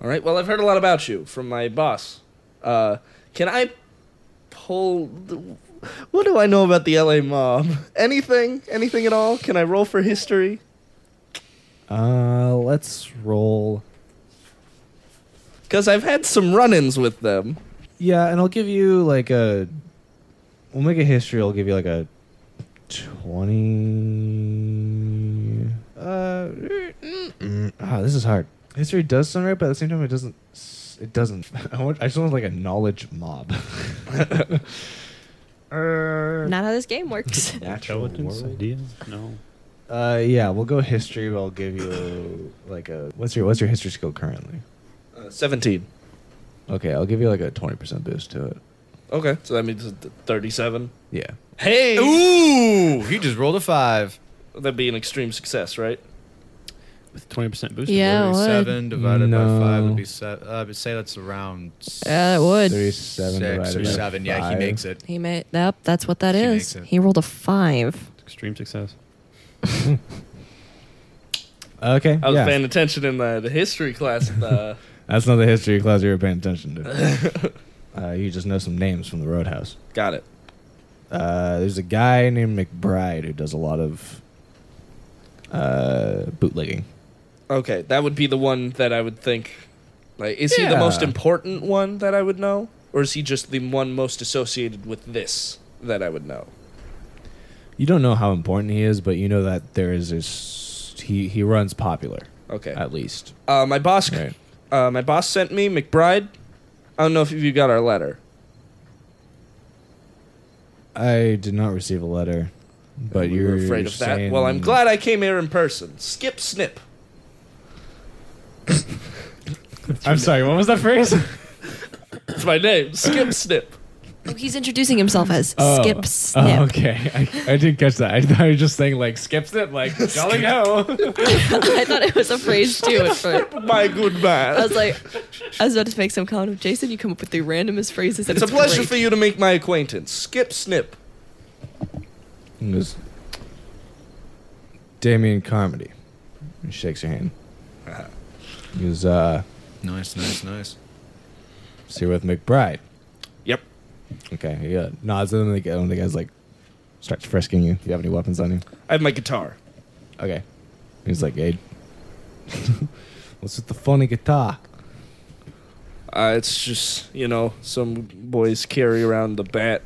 S7: All right. Well, I've heard a lot about you from my boss. Uh, can I pull? The, what do I know about the LA mob? Anything? Anything at all? Can I roll for history?
S5: Uh, let's roll.
S7: Because I've had some run-ins with them.
S5: Yeah, and I'll give you like a. We'll make a history. I'll give you like a twenty. Uh, mm, ah, this is hard. History does sound right, but at the same time, it doesn't. s- It doesn't. I, want, I just want like a knowledge mob. uh,
S8: Not how this game works.
S5: natural
S6: Intelligence,
S5: world.
S6: ideas? No.
S5: Uh, yeah, we'll go history. But I'll give you like a what's your what's your history skill currently?
S7: Uh, Seventeen.
S5: Okay, I'll give you like a twenty percent boost to it.
S7: Okay, so that means th- thirty-seven.
S5: Yeah.
S7: Hey,
S2: Ooh, he just rolled a five.
S7: that'd be an extreme success, right?
S6: With 20% boost.
S8: yeah, it would.
S2: Seven divided
S5: No.
S2: by five would be seven. Uh, I would say that's around.
S8: Yeah, it would.
S5: Thirty-seven
S2: six
S5: divided
S2: or
S5: by
S2: seven. Yeah, he
S5: five.
S2: makes it.
S8: He made. Yep, that's what that
S2: He
S8: is.
S2: makes it.
S8: He rolled a five.
S6: Extreme success.
S5: Okay,
S7: I was
S5: yeah.
S7: paying attention in the, the history class. uh, at The,
S5: That's not the history class you were paying attention to. uh, you just know some names from the Roadhouse.
S7: got it.
S5: Uh, there's a guy named McBride who does a lot of uh, bootlegging.
S7: Okay, that would be the one that I would think. Like, is he the
S5: Yeah.
S7: most important one that I would know, or is he just the one most associated with this that I would know?
S5: You don't know how important he is, but you know that there is this. He, he runs popular,
S7: Okay.
S5: at least.
S7: Uh, my boss,
S5: Right.
S7: uh, my boss sent me McBride. I don't know if you got our letter.
S5: I did not receive a letter, but
S7: we
S5: you're
S7: were afraid of that.
S5: saying-
S7: Well, I'm glad I came here in person. Skip snip.
S5: I'm sorry. What was that phrase?
S7: It's my name, Skip Snip.
S8: Oh, he's introducing himself as
S5: Oh.
S8: Skip Snip.
S5: Oh, okay, I, I didn't catch that. I thought I was just saying like skips it, like jolly
S8: Oh,
S5: ho.
S8: I thought it was a phrase too at first.
S7: My good man.
S8: I was like, I was about to make some comment of Jason. You come up with the randomest phrases. and
S7: it's a pleasure
S8: great.
S7: for you to make my acquaintance, Skip Snip.
S5: And goes, Damien Carmody. He shakes her hand.
S7: Uh-huh.
S5: He goes, uh,
S2: Nice, nice, nice.
S5: so you're with McBride.
S7: Yep.
S5: Okay, he uh, nods and then the, guy- and the guy's like, starts frisking you. Do you have any weapons on you?
S7: I have my guitar.
S5: Okay. He's like, hey, what's with the funny guitar?
S7: Uh, it's just, you know, some boys carry around the bat.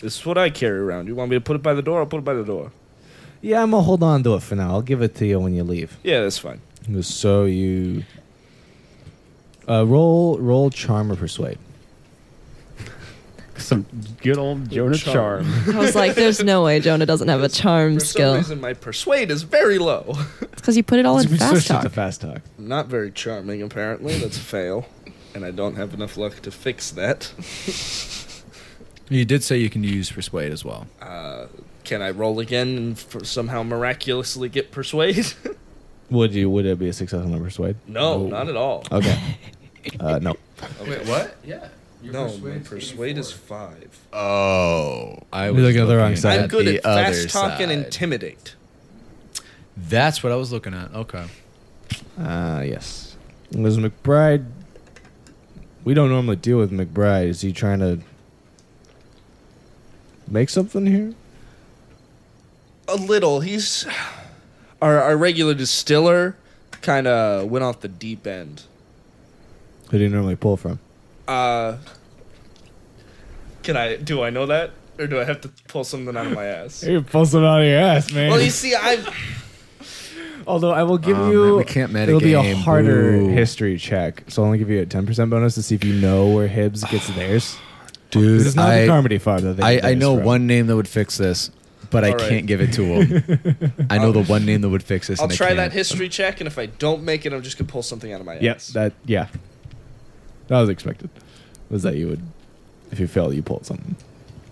S7: This is what I carry around. You want me to put it by the door? I'll put it by the door.
S5: Yeah, I'm gonna hold on to it for now. I'll give it to you when you leave.
S7: Yeah, that's fine.
S5: He goes, so you uh, roll, roll, charm or persuade.
S6: Some good old Jonah
S7: charm.
S6: charm.
S8: I was like, there's no way Jonah doesn't have a charm
S7: For some
S8: skill.
S7: reason, my persuade is very low.
S8: It's because you put it all in
S5: We
S8: fast
S5: switched it
S8: talk.
S5: to fast talk.
S7: Not very charming, apparently. That's a fail. And I don't have enough luck to fix that.
S2: You did say you can use persuade as well.
S7: Uh, can I roll again and f- somehow miraculously get persuade?
S5: Would you? Would it be a success on a persuade?
S7: no,
S5: No.
S7: not at all.
S5: Okay. uh, no.
S2: Wait, what? Yeah.
S7: no, my persuade is five.
S2: Oh, I
S5: You're
S2: was
S5: looking at the wrong
S2: looking
S5: side.
S7: I'm good
S2: the
S7: at fast
S2: other
S7: talk and
S2: side.
S7: intimidate.
S2: That's what I was looking at. Okay.
S5: Uh, yes. Liz McBride. We don't normally deal with McBride. Is he trying to make something here?
S7: A little. He's our our regular distiller. Kind of went off the deep end.
S5: Who do you normally pull from?
S7: Uh, can I? Do I know that, or do I have to pull something out of my ass?
S5: You're pulling something out of your ass, man.
S7: Well, you see, I've
S5: Although I will give
S2: Oh,
S5: you,
S2: man, we can't
S5: it'll be a
S2: metagame.
S5: harder
S2: Boo.
S5: history check. So I'll only give you a ten percent bonus to see if you know where Hibbs gets theirs.
S2: Dude,
S5: This is not
S2: I,
S5: the Carmody farm that they
S2: I,
S5: get
S2: I
S5: theirs
S2: know
S5: from.
S2: one name that would fix this, but I
S7: All right.
S2: can't give it to him. I know the one name that would fix this.
S7: I'll
S2: and I
S7: try
S2: can't.
S7: that history check, and if I don't make it, I'm just gonna pull something out of my ass.
S5: Yes, that yeah. That was expected. Was that you would, if you fail, you pulled something.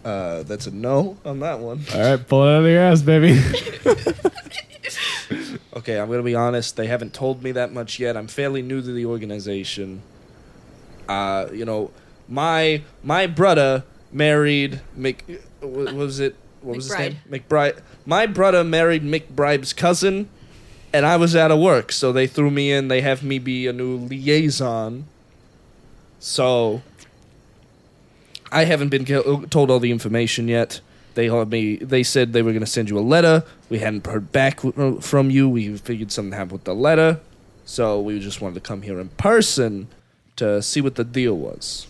S7: Uh, that's a no on that one.
S5: All right, pull it out of your ass, baby.
S7: Okay, I'm gonna be honest. They haven't told me that much yet. I'm fairly new to the organization. Uh, you know, my my brother married Mc. wha- What was it? What was his name? McBride. My brother married McBride's cousin, and I was out of work, so they threw me in. They have me be a new liaison. So I haven't been co- told all the information yet. They had me. They said they were going to send you a letter. We hadn't heard back w- uh, from you. We figured something happened with the letter, so we just wanted to come here in person to see what the deal was.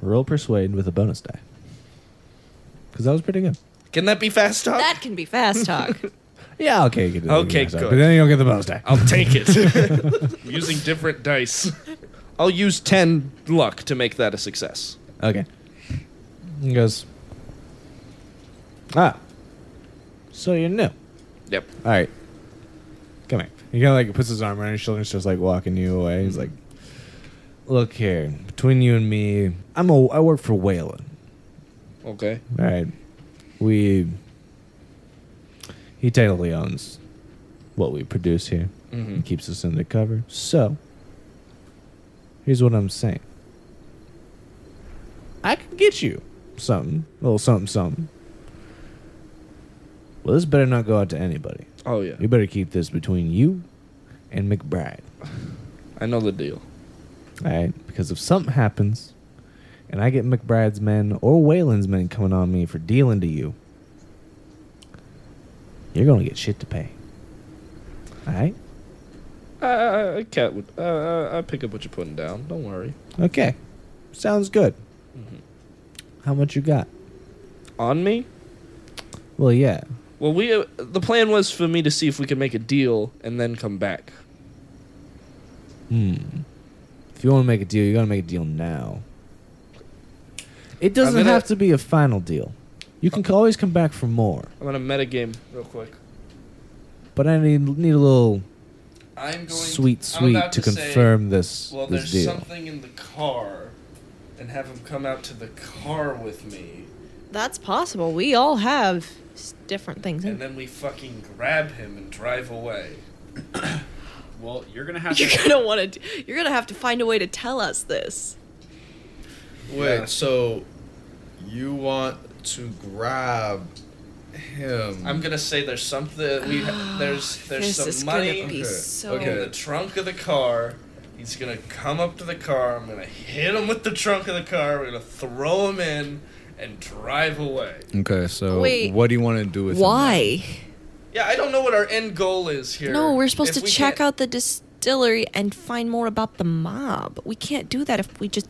S5: Roll persuade with a bonus die. Because that was pretty good.
S7: Can that be fast talk?
S8: That can be fast talk.
S5: Yeah, okay, you can do that.
S7: Okay,
S5: You can do that.
S7: good.
S5: But then you don't get the bonus die.
S7: I'll take it. Using different dice. I'll use ten luck to make that a success.
S5: Okay. He goes. Ah. So you're new. All
S7: Yep.
S5: right. Come here. He kind of like puts his arm around your shoulder and starts like walking you away. He's like, "Look here, between you and me, I'm a I work for Whalen.
S7: Okay.
S5: All right. We. He technically owns what we produce here.
S7: Mm-hmm. Hmm.
S5: He keeps us undercover. So, here's what I'm saying I can get you something, a little something, something. Well, this better not go out to anybody.
S7: Oh yeah.
S5: You better keep this between you and McBride.
S7: I know the deal.
S5: All right, because if something happens, and I get McBride's men or Whalen's men coming on me for dealing to you, you're gonna get shit to pay. All right.
S7: I I, I can't. with- I- I, I pick up what you're putting down. Don't worry.
S5: Okay. Sounds good. How much you got?
S7: On me.
S5: Well, yeah.
S7: Well, we uh, the plan was for me to see if we could make a deal and then come back.
S5: Hmm. If you want to make a deal, you gotta make a deal now. It doesn't
S7: gonna-
S5: have to be a final deal. You can always come back for more,
S7: I'm gonna metagame real quick.
S5: but I need need a little
S7: I'm going
S5: sweet,
S7: I'm
S5: sweet
S7: about
S5: to,
S7: say,
S5: confirm this
S7: well,
S5: this
S7: there's
S5: deal.
S7: something in the car, and have him come out to the car with me,
S8: That's possible. We all have s- different things.
S7: and then we fucking grab him and drive away.
S6: Well, you're gonna have
S8: You're
S6: to.
S8: gonna want to. You're gonna have to find a way to tell us this.
S2: Wait, so you want to grab him?
S7: I'm gonna say there's something we ha- there's there's
S8: this is
S7: some money
S8: gonna be
S2: Okay,
S8: so.
S2: okay.
S7: in the trunk of the car. He's gonna come up to the car. I'm gonna hit him with the trunk of the car. We're gonna throw him in and drive away.
S2: okay, so
S8: Wait.
S2: what do you want to do with him?
S8: Why?
S7: Yeah, I don't know what our end goal is here.
S8: No, we're supposed
S7: If
S8: to
S7: we
S8: check
S7: get-
S8: out the distillery and find more about the mob. We can't do that if we just.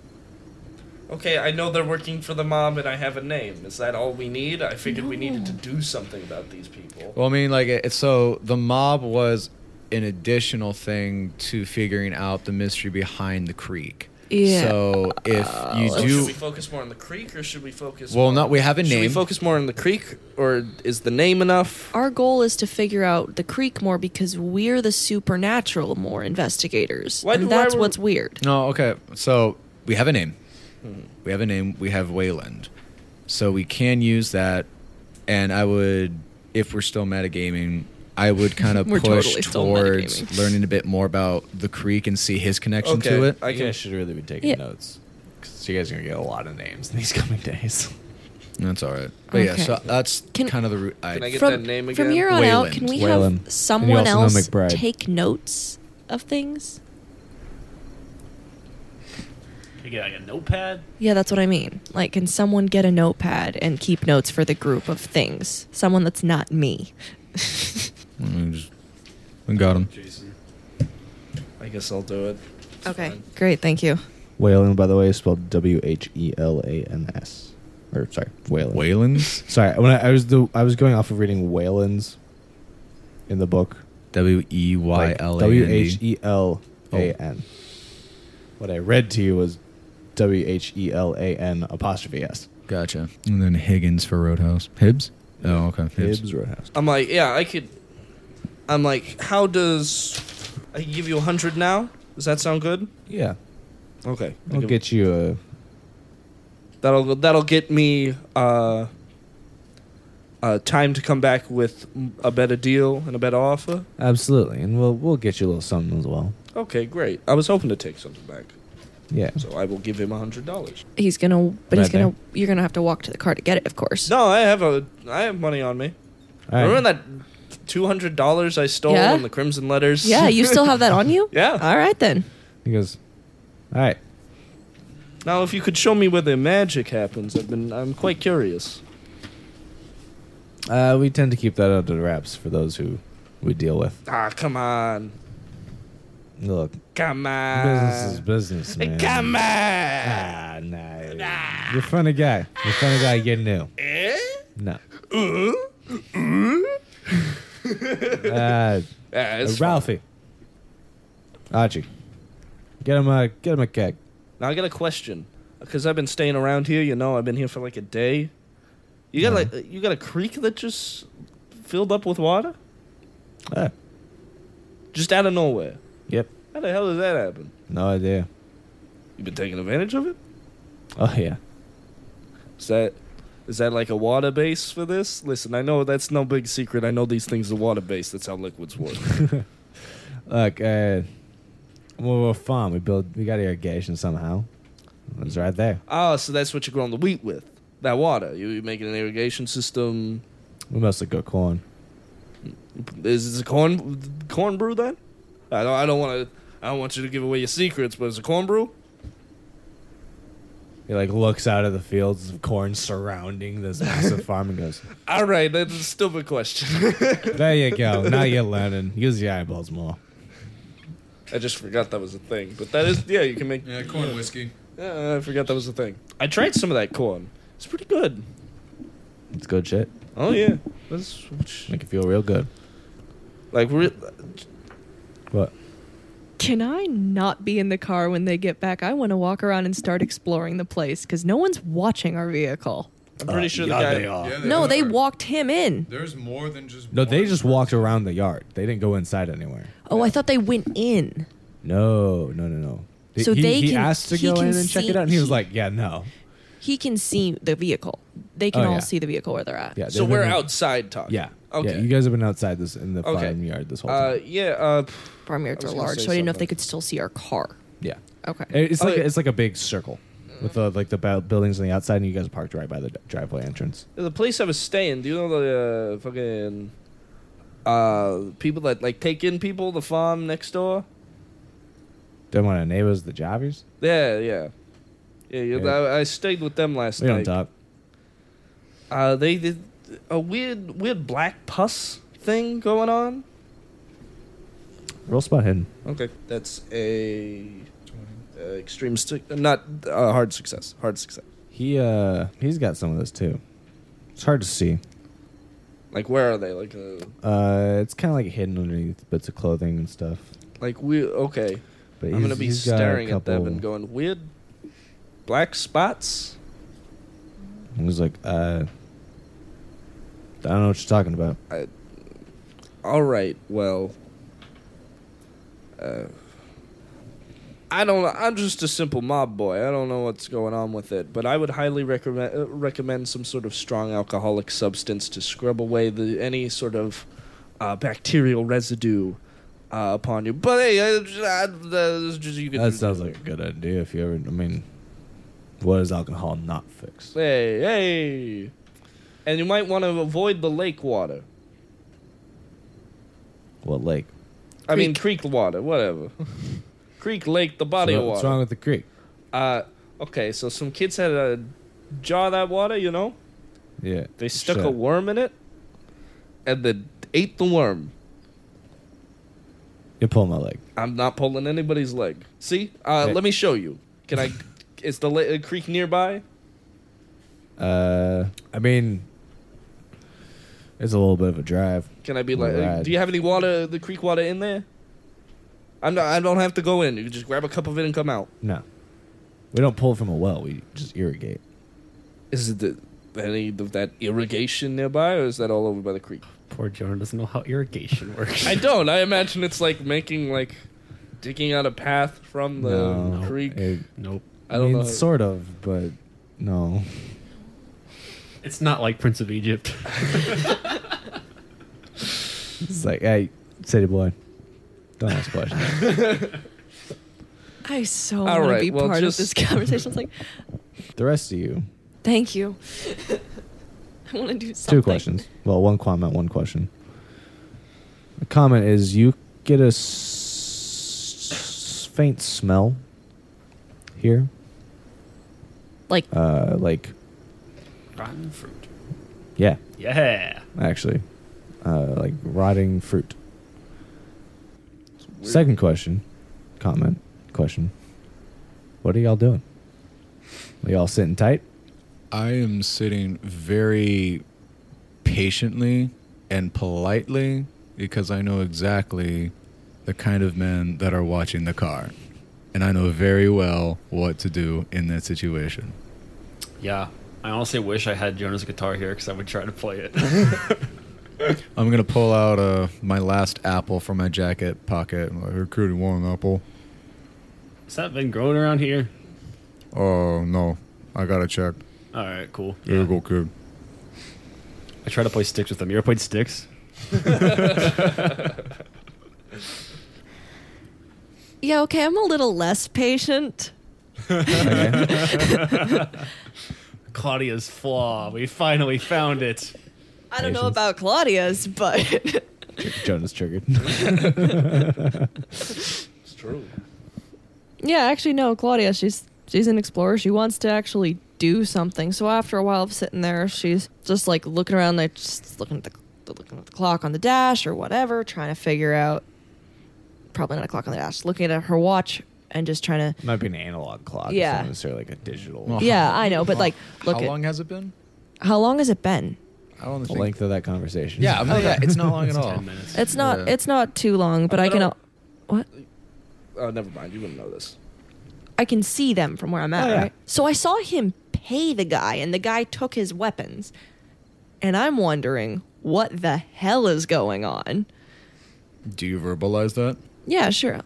S7: Okay, I know they're working for the mob, and I have a name. Is that all we need? I figured we needed to do something about these people.
S2: Well, I mean, like, it, so the mob was an additional thing to figuring out the mystery behind the creek.
S8: Yeah. Uh,
S2: So if you
S7: So should
S2: do,
S7: we focus more on the creek, or should we focus?
S2: well,
S7: more-
S2: no, we have a
S7: Should we
S2: name.
S7: focus more on the creek, or is the name enough?
S8: Our goal is to figure out the creek more because we're the supernatural more investigators.
S7: Why do-
S8: and
S7: why
S8: that's
S7: were-
S8: what's weird.
S2: No, okay. So we have a name. We have a name. We have Wayland. So we can use that. And I would, if we're still metagaming, I would kind of
S8: We're
S2: push
S8: totally still
S2: towards
S8: metagaming.
S2: learning a bit more about the creek and see his connection
S7: Okay,
S2: to it.
S7: I
S5: you
S7: can.
S5: guys should really be taking
S8: Yeah.
S5: notes because you guys are gonna get a lot of names in these coming days.
S2: That's all right. But yeah,
S8: Okay.
S2: so that's
S8: Can-
S2: kind of the root. I,
S7: Can I get
S8: from,
S7: that name
S8: from
S7: again?
S8: here on out,
S2: Wayland.
S8: can we
S5: Wayland. And
S8: have
S5: you
S8: someone
S5: also know
S8: else
S5: McBride.
S8: take notes of things?
S6: You get like a notepad.
S8: Yeah, that's what I mean. Like, can someone get a notepad and keep notes for the group of things? Someone that's not me.
S2: Mm, just- we got him.
S6: Jason.
S7: I guess I'll do it.
S8: okay,
S7: fine.
S8: great, thank you.
S5: Whalen, by the way, is spelled W H E L A N S. Or sorry, Whalen.
S2: Wayland's?
S5: Sorry, when I, I was the I was going off of reading Whalen's in the book.
S2: W E Y
S5: Like,
S2: L A N D.
S5: W H E L A N. What I read to you was W H E L A N apostrophe S.
S2: Gotcha. And then Higgins for Roadhouse. Hibbs? Oh, okay. Hibbs.
S5: Hibbs Roadhouse.
S7: I'm like, yeah, I could. I'm like, how does I can give you a hundred now? Does that sound good?
S5: Yeah,
S7: Okay,
S5: I'll get you a
S7: that'll that'll get me uh, uh, time to come back with a better deal and a better offer.
S5: absolutely, and we'll we'll get you a little something as well.
S7: Okay, great. I was hoping to take something back,
S5: Yeah,
S7: so I will give him a hundred dollars.
S8: He's gonna, but he's
S5: Right
S8: gonna. You're gonna have to walk to the car to get it, of course.
S7: No, I have a I have money on me.
S5: All right.
S7: Remember that two hundred dollars I stole
S8: Yeah?
S7: in the Crimson Letters?
S8: Yeah, you still have that on you.
S7: yeah.
S8: All right then.
S5: He goes, all right.
S7: Now, if you could show me where the magic happens, I've been I'm quite curious.
S5: Uh, we tend to keep that under wraps for those who we deal with.
S7: Ah, come on,
S5: Look,
S7: come on.
S5: business is business, man.
S7: Uh, Come on.
S5: Ah, nah. You're a funny guy. You're a funny guy. You're new.
S7: Eh?
S5: No. uh,
S7: Yeah, it's
S5: Ralphie. Archie. Get him a get him a keg.
S7: Now I got a question, because I've been staying around here. You know, I've been here for like a day. You got like you got a creek that just filled up with water,
S5: Ah,
S7: just out of nowhere.
S5: yep.
S7: How the hell does that happen?
S5: No idea.
S7: You've been taking advantage of it.
S5: Oh yeah.
S7: Is that is that like a water base for this? Listen, I know that's no big secret. I know these things are water based. That's how liquids work.
S5: Look, uh, well, we're a farm. We build. We got irrigation somehow. It's right there.
S7: oh, so that's what you're growing the wheat with. That water. You- You're making an irrigation system.
S5: We mostly grow corn.
S7: Is this a corn corn brew then? I don't. I don't want to. I don't want you to give away your secrets, but is it corn brew?
S5: He like looks out at the fields of corn surrounding this massive farm and goes,
S7: All right, that's a stupid question.
S5: "There you go. Now you're learning. Use your eyeballs more."
S7: I just forgot that was a thing. But that is, yeah, you can make.
S2: Yeah, corn whiskey.
S7: Yeah, I forgot that was a thing. I tried some of that corn. It's pretty good.
S5: It's good shit.
S7: Oh yeah, that's
S5: Make you feel real good.
S7: like re-
S5: But
S8: Can I not be in the car when they get back? I want to walk around and start exploring the place because no one's watching our vehicle.
S7: I'm pretty sure the guy.
S8: No, they walked him in.
S2: There's more than just.
S5: No, they just walked around the yard. They didn't go inside anywhere.
S8: Oh, I thought they went in.
S5: No, no, no, no. He-
S8: So
S5: he,
S8: they
S5: he
S8: can-
S5: asked to
S8: he
S5: go
S8: can
S5: in and check
S8: see-
S5: it out, and he was
S8: he-
S5: like, "Yeah, no,
S8: He can see the vehicle. They can
S5: Oh,
S8: all
S5: yeah.
S8: see the vehicle where they're at.
S5: yeah."
S7: So
S5: they've
S7: we're
S5: been-
S7: outside talking.
S5: Yeah.
S7: Okay.
S5: Yeah, you guys have been outside this in the
S7: Okay.
S5: farm yard this whole
S7: uh,
S5: time.
S7: yeah. Uh, p-
S8: Farm yards
S7: I
S8: are
S7: was gonna
S8: large,
S7: say
S8: so I didn't know if they
S7: something.
S8: could still see our car.
S5: yeah.
S8: Okay.
S5: It- It's
S7: Oh,
S5: like
S7: yeah.
S5: it's like a big circle with the, like the bu- buildings on the outside, and you guys are parked right by the d- driveway entrance.
S7: the place I was staying. Do you know the uh, fucking uh, people that like take in people? The farm next door.
S5: Then one of the neighbors, the Javies,
S7: Yeah, yeah, yeah. yeah,
S5: Yeah.
S7: I, I stayed with them last
S5: we
S7: night.
S5: on top.
S7: Uh, they did a weird, weird black pus thing going on.
S5: Roll spot hidden.
S7: Okay, that's a uh, extreme, sti- not uh, hard success. Hard success.
S5: He uh he's got some of those too. It's hard to see.
S7: Like where are they? Like, uh,
S5: Uh, it's kind of like hidden underneath bits of clothing and stuff.
S7: like we okay.
S5: But
S7: I'm
S5: he's-
S7: gonna be
S5: he's got a
S7: staring at them
S5: couple-
S7: and going weird black spots.
S5: He was like, uh, I don't know what you're talking about.
S7: All right, well, uh, I don't. I'm just a simple mob boy. I don't know what's going on with it, but I would highly recommend uh, recommend some sort of strong alcoholic substance to scrub away the any sort of uh, bacterial residue. Uh, upon you, but hey, uh, uh, uh, just, you can
S5: That sounds like a good idea if you ever. I mean, what does alcohol not fix?
S7: Hey, hey. And you might want to avoid the lake water.
S5: What lake?
S7: I mean, creek water, whatever. creek, lake, the body
S5: So
S7: of
S5: what's
S7: water.
S5: wrong with the creek?
S7: Uh, okay, so some kids had a jar of that water, you know?
S5: Yeah,
S7: They stuck
S5: Sure.
S7: a worm in it and then ate the worm.
S5: you pull my leg.
S7: I'm not pulling anybody's leg. See? Uh,
S5: Hey.
S7: Let me show you. Can I. Is the la- uh, creek nearby?
S5: Uh, I mean, it's a little bit of a drive.
S7: Can I be like, uh
S5: Right.
S7: do you have any water, the creek water in there? I'm not, I don't have to go in. You just grab a cup of it and come out.
S5: No, we don't pull from a well. We just irrigate.
S7: Is it the, any of that irrigation nearby, or is that all over by the creek?
S6: Poor Jonah doesn't know how irrigation works.
S7: I don't. I imagine it's like making like digging out a path from the
S5: No,
S7: creek.
S5: it-
S6: nope.
S7: I don't
S5: mean,
S7: know.
S5: Sort of, but no.
S6: It's not like Prince of Egypt.
S5: It's like, hey, city boy, don't ask questions.
S8: I so
S7: All
S8: want
S7: right,
S8: to be
S7: well,
S8: part
S7: just-
S8: of this conversation. It's like,
S5: the rest of you,
S8: thank you. I want to do something.
S5: two questions. Well, one comment, one question. The comment is you get a s- faint smell here,
S8: Like
S5: uh, like
S6: Rotten fruit.
S5: yeah,
S6: Yeah.
S5: actually, uh, like rotting fruit. Second question, comment, question. What are y'all doing? Are y'all sitting tight?
S2: I am sitting very patiently and politely because I know exactly the kind of men that are watching the car. And I know very well what to do in that situation.
S6: Yeah. I honestly wish I had Jonah's guitar here because I would try to play it.
S2: I'm going to pull out uh, my last apple from my jacket pocket. I'm like, "Hey, kid, you want an apple?
S6: Has that been growing around here?
S2: Oh, no. I got to check.
S6: All right, cool.
S2: There you go, kid.
S6: I try to play sticks with them. You ever played sticks?
S8: Yeah, okay, I'm a little less patient.
S6: Claudia's flaw. We finally found it.
S8: I don't know
S5: Patience.
S8: about Claudia's, but
S5: Jonah's triggered.
S7: It's true.
S8: yeah, actually no, Claudia, she's she's an explorer. She wants to actually do something. So after a while of sitting there, she's just like looking around, like just looking at the looking at the clock on the dash or whatever, trying to figure out probably not a clock on the dash, looking at her watch and just trying to
S5: Might be an analog clock.
S8: Yeah.
S5: It's
S8: Uh-huh.
S5: not necessarily like a digital.
S2: Well,
S8: Yeah, I know, but like look
S2: How
S8: at
S2: long has it been?
S8: how long has it been?
S2: I don't
S5: the
S2: think.
S5: length of that conversation.
S2: Yeah, I'm not, yeah, it's not long at all.
S6: Ten minutes.
S8: It's not
S2: Yeah.
S8: it's not too long, but
S7: I
S8: I can
S7: don't-
S8: al- what?
S7: Oh, never mind. You wouldn't know this.
S8: I can see them from where I'm
S5: Oh,
S8: at,
S5: yeah.
S8: right? So I saw him pay the guy, and the guy took his weapons. And I'm wondering what the hell is going on.
S2: Do you verbalize that?
S8: Yeah, sure.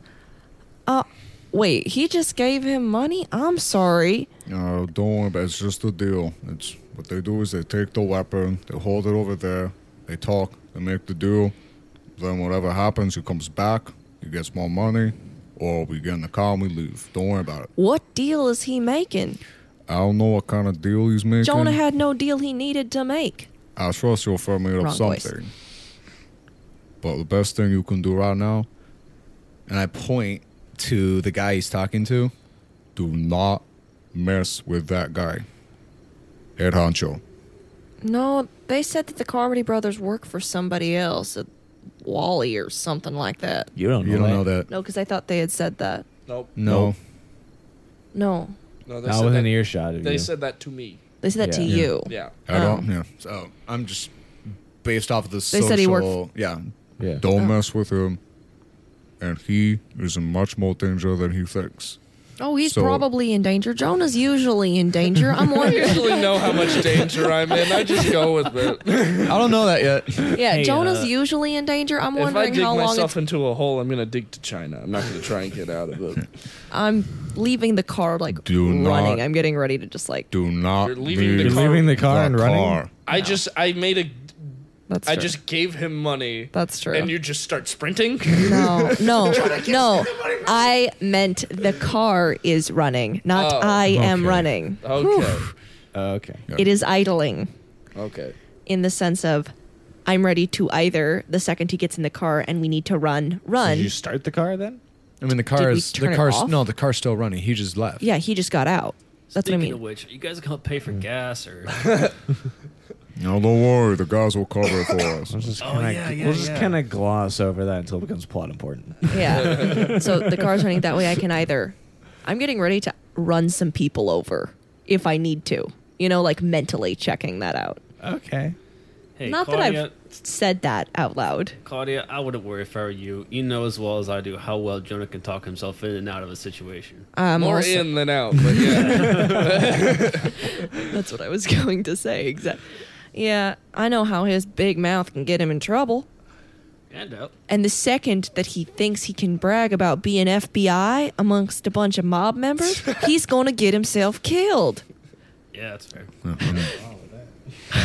S8: Uh, wait, he just gave him money? I'm sorry.
S2: No, Uh, don't worry. It's just a deal. It's what they do is they take the weapon, they hold it over there, they talk, they make the deal. Then whatever happens, he comes back, he gets more money, or we get in the car and we leave. Don't worry about it.
S8: What deal is he making?
S2: I don't know what kind of deal he's making.
S8: Jonah had no deal he needed to make.
S2: I trust you'll firm it up
S8: Wrong voice.
S2: something. But the best thing you can do right now, and I point to the guy he's talking to, do not mess with that guy. Head honcho.
S8: No, they said that the Carmody brothers work for somebody else, uh, Wally or something like that.
S1: You don't know.
S2: You don't
S1: that.
S2: know that.
S8: No, because I thought they had said that.
S7: Nope.
S2: No.
S8: No,
S7: No, they
S5: I
S7: said
S5: was
S7: that,
S5: an earshot of
S7: They
S5: you.
S7: said that to me.
S8: they said that to
S5: Yeah.
S8: you.
S7: Yeah.
S2: I
S8: Oh.
S2: don't. Yeah. So I'm just based off of the
S8: They
S2: social.
S8: said he worked-
S2: yeah.
S5: yeah.
S2: Don't mess with him. And he is in much more danger than he thinks.
S8: Oh, he's
S2: So-
S8: probably in danger. Jonah's usually in danger. I'm
S7: I
S8: wondering.
S7: usually know how much danger I'm in. I just go with it.
S2: I don't know that yet.
S8: yeah,
S6: Hey,
S8: Jonah's
S6: uh,
S8: usually in danger. I'm
S7: If I
S8: wondering
S7: dig
S8: how long
S7: myself
S8: it's,
S7: into a hole, I'm gonna dig to China. I'm not gonna try and get out of it.
S8: I'm leaving the car, like
S2: Do
S8: running.
S2: not-
S8: I'm getting ready to just like.
S2: Do not.
S7: You're leaving the
S2: leave
S7: car-
S5: leaving the car and running.
S2: car.
S7: I just I made a
S8: That's
S7: I
S8: true.
S7: just gave him money.
S8: That's true.
S7: And you just start sprinting.
S8: No, no, no. I meant the car is running, not
S7: Oh,
S8: I am
S2: okay.
S8: running.
S7: Okay.
S5: Uh, Okay.
S8: It is idling
S7: okay.
S8: in the sense of I'm ready to either the second he gets in the car and we need to run, run.
S5: Did you start the car then?
S2: I mean, the
S8: Did
S2: car
S8: we
S2: is
S8: turn
S2: the
S8: it
S2: car's
S8: off?
S2: no, the car's still running. He just left.
S8: yeah, he just got out. That's
S6: Speaking
S8: what I
S6: of
S8: mean.
S6: which, are you guys gonna pay for gas or? Oh,
S2: No, don't worry. The guys will cover it for us.
S5: We'll just
S6: Oh,
S5: kinda,
S6: yeah, yeah,
S5: we'll just
S6: yeah.
S5: kind of gloss over that until it becomes plot important.
S8: Yeah. so the car's running that way. I can either I'm getting ready to run some people over if I need to. You know, like mentally checking that out.
S5: okay.
S6: Hey,
S8: Not
S6: Claudia,
S8: that I've said that out loud.
S6: Claudia, I wouldn't worry if I were you. You know as well as I do how well Jonah can talk himself in and out of a situation.
S8: Um,
S7: More
S8: also-
S7: in than out, but yeah.
S8: That's what I was going to say. Exactly. Yeah, I know how his big mouth can get him in trouble.
S6: And out.
S8: And the second that he thinks he can brag about being FBI amongst a bunch of mob members, he's going to get himself killed.
S6: Yeah, that's fair.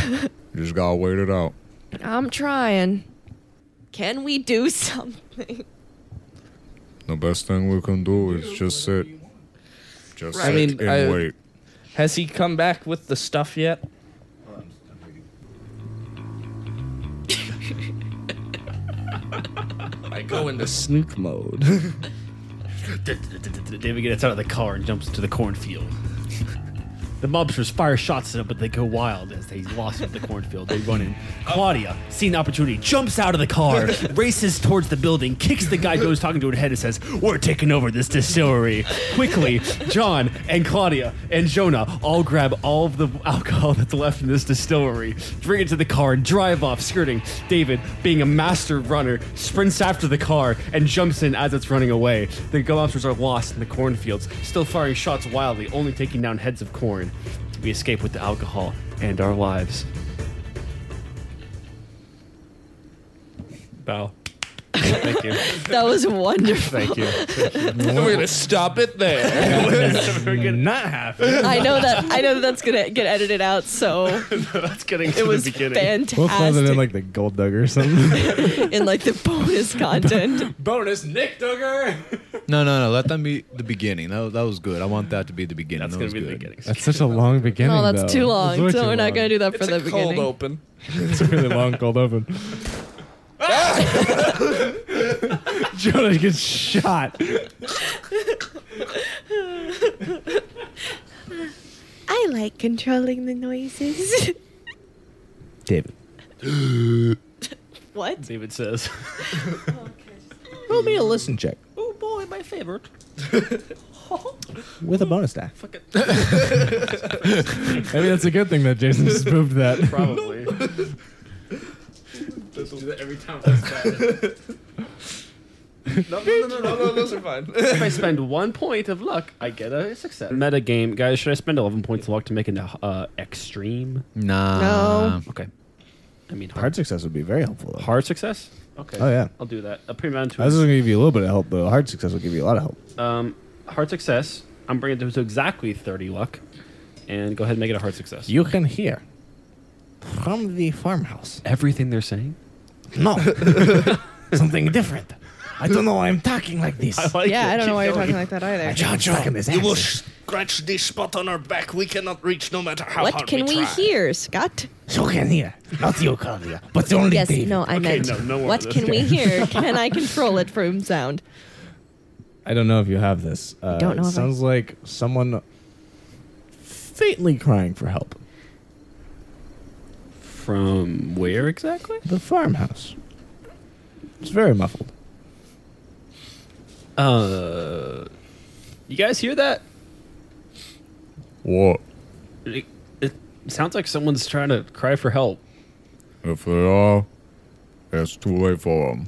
S2: You just gotta wait it out.
S8: I'm trying. Can we do something?
S2: The best thing we can do is just sit. Just
S7: Right.
S2: sit
S7: I mean,
S2: and
S7: I-
S2: wait.
S7: Has he come back with the stuff yet? I go into snook mode.
S6: David gets out of the car and jumps into the cornfield. The mobsters fire shots at him, but they go wild as they lost the cornfield. They run in. Claudia, seeing opportunity, jumps out of the car, races towards the building, kicks the guy who's talking to her head and says, We're taking over this distillery. Quickly, John and Claudia and Jonah all grab all of the alcohol that's left in this distillery, bring it to the car, drive off, skirting. David, being a master runner, sprints after the car and jumps in as it's running away. The mobsters are lost in the cornfields, still firing shots wildly, only taking down heads of corn. We escape with the alcohol and our lives. Bow. Thank you.
S8: That was wonderful.
S6: Thank you.
S7: We're gonna stop it there.
S6: Not happy.
S8: I know that I know that that's going to get edited out, so
S6: That's getting to
S8: it was
S6: the beginning.
S8: fantastic
S5: We'll throw that in like the gold digger or something.
S8: in like the bonus content.
S6: Bonus Nick Duggar.
S2: No, no, no. Let them be the beginning. That, that was good. I want that to be the beginning.
S6: That's
S2: that
S6: gonna
S2: was
S6: be the
S2: good.
S6: beginning.
S5: that's such a long beginning.
S8: No, Oh, that's
S5: though.
S8: too long.
S5: way
S8: so
S5: too
S8: we're not
S5: long.
S8: going to do that
S7: It's
S8: for the
S7: a cold
S8: beginning.
S7: open.
S5: It's a really long cold open. Jonah gets shot.
S8: I like controlling the noises.
S5: David.
S8: what?
S6: David says.
S5: Roll me a listen check
S6: Oh boy, my favorite.
S5: with a bonus die. Fuck it. Maybe that's a good thing that Jason spoofed that.
S6: Probably.
S7: No, no, no, no, no, no, those are fine.
S6: if I spend one point of luck, I get a success. Meta game, guys. Should I spend eleven points of luck to make an uh, extreme?
S2: Nah.
S8: No.
S6: Okay. I mean, hard,
S5: Hard success would be very helpful. Though.
S6: hard success. Okay.
S5: Oh yeah.
S6: I'll do that. A pre-mount
S5: I was just gonna give you a little bit of help, though. Hard success will give you a lot of help.
S6: Um, hard success. I'm bringing it to exactly 30 luck. And go ahead and make it a hard success.
S5: You can hear from the farmhouse.
S6: Everything they're saying?
S5: No, something different. I don't know why I'm talking like this.
S6: like
S8: yeah, I don't know why you're talking like that either.
S7: You will scratch this spot on our back. We cannot reach no matter how
S8: What can we hear, Scott?
S5: You can hear, not you, Claudia, but only
S8: Yes, no, I meant.
S6: no, no more
S8: what
S6: of this.
S8: can we hear? Can I control it from sound?
S5: I don't know if you have this. Uh,
S8: don't know
S5: It
S8: if I-
S5: sounds like someone faintly crying for help.
S6: From where exactly?
S5: The farmhouse. It's very muffled.
S6: Uh, you guys hear that?
S2: What?
S6: It, it sounds like someone's trying to cry for help.
S2: If they are, it's too late for them.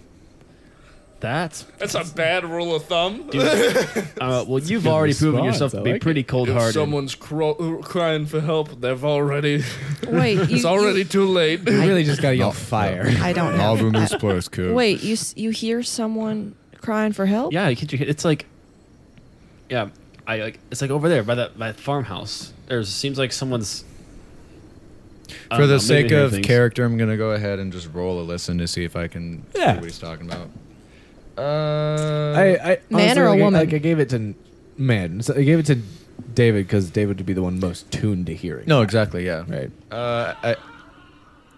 S6: That's
S7: That's a bad rule of thumb.
S6: uh, well. You've already proven
S5: response.
S6: yourself to
S5: I
S6: be
S5: like
S6: pretty
S7: If
S6: cold-hearted.
S7: someone's cro- crying for help, they've already.
S8: Wait, you,
S7: It's already too late.
S5: You really just gotta yell fire.
S8: I don't
S2: Not in
S8: know.
S2: this place, kid.
S8: Wait, you s- you hear someone crying for help?
S6: Yeah, you could, you could- it's like, yeah, I like it's like over there by that by that farmhouse. There's seems like someone's. I
S2: For
S6: don't know,
S2: the
S6: maybe
S2: sake
S6: hear
S2: of
S6: things.
S2: character, I'm gonna go ahead and just roll a listen to see if I can
S5: Yeah.
S2: see what he's talking about. Uh,
S5: I, I
S8: Man
S5: honestly,
S8: or a
S5: like, I-
S8: woman?
S5: Like I gave it to man. So I gave it to David because David would be the one most tuned to hearing.
S2: no, exactly, yeah.
S5: right?
S2: Uh, I,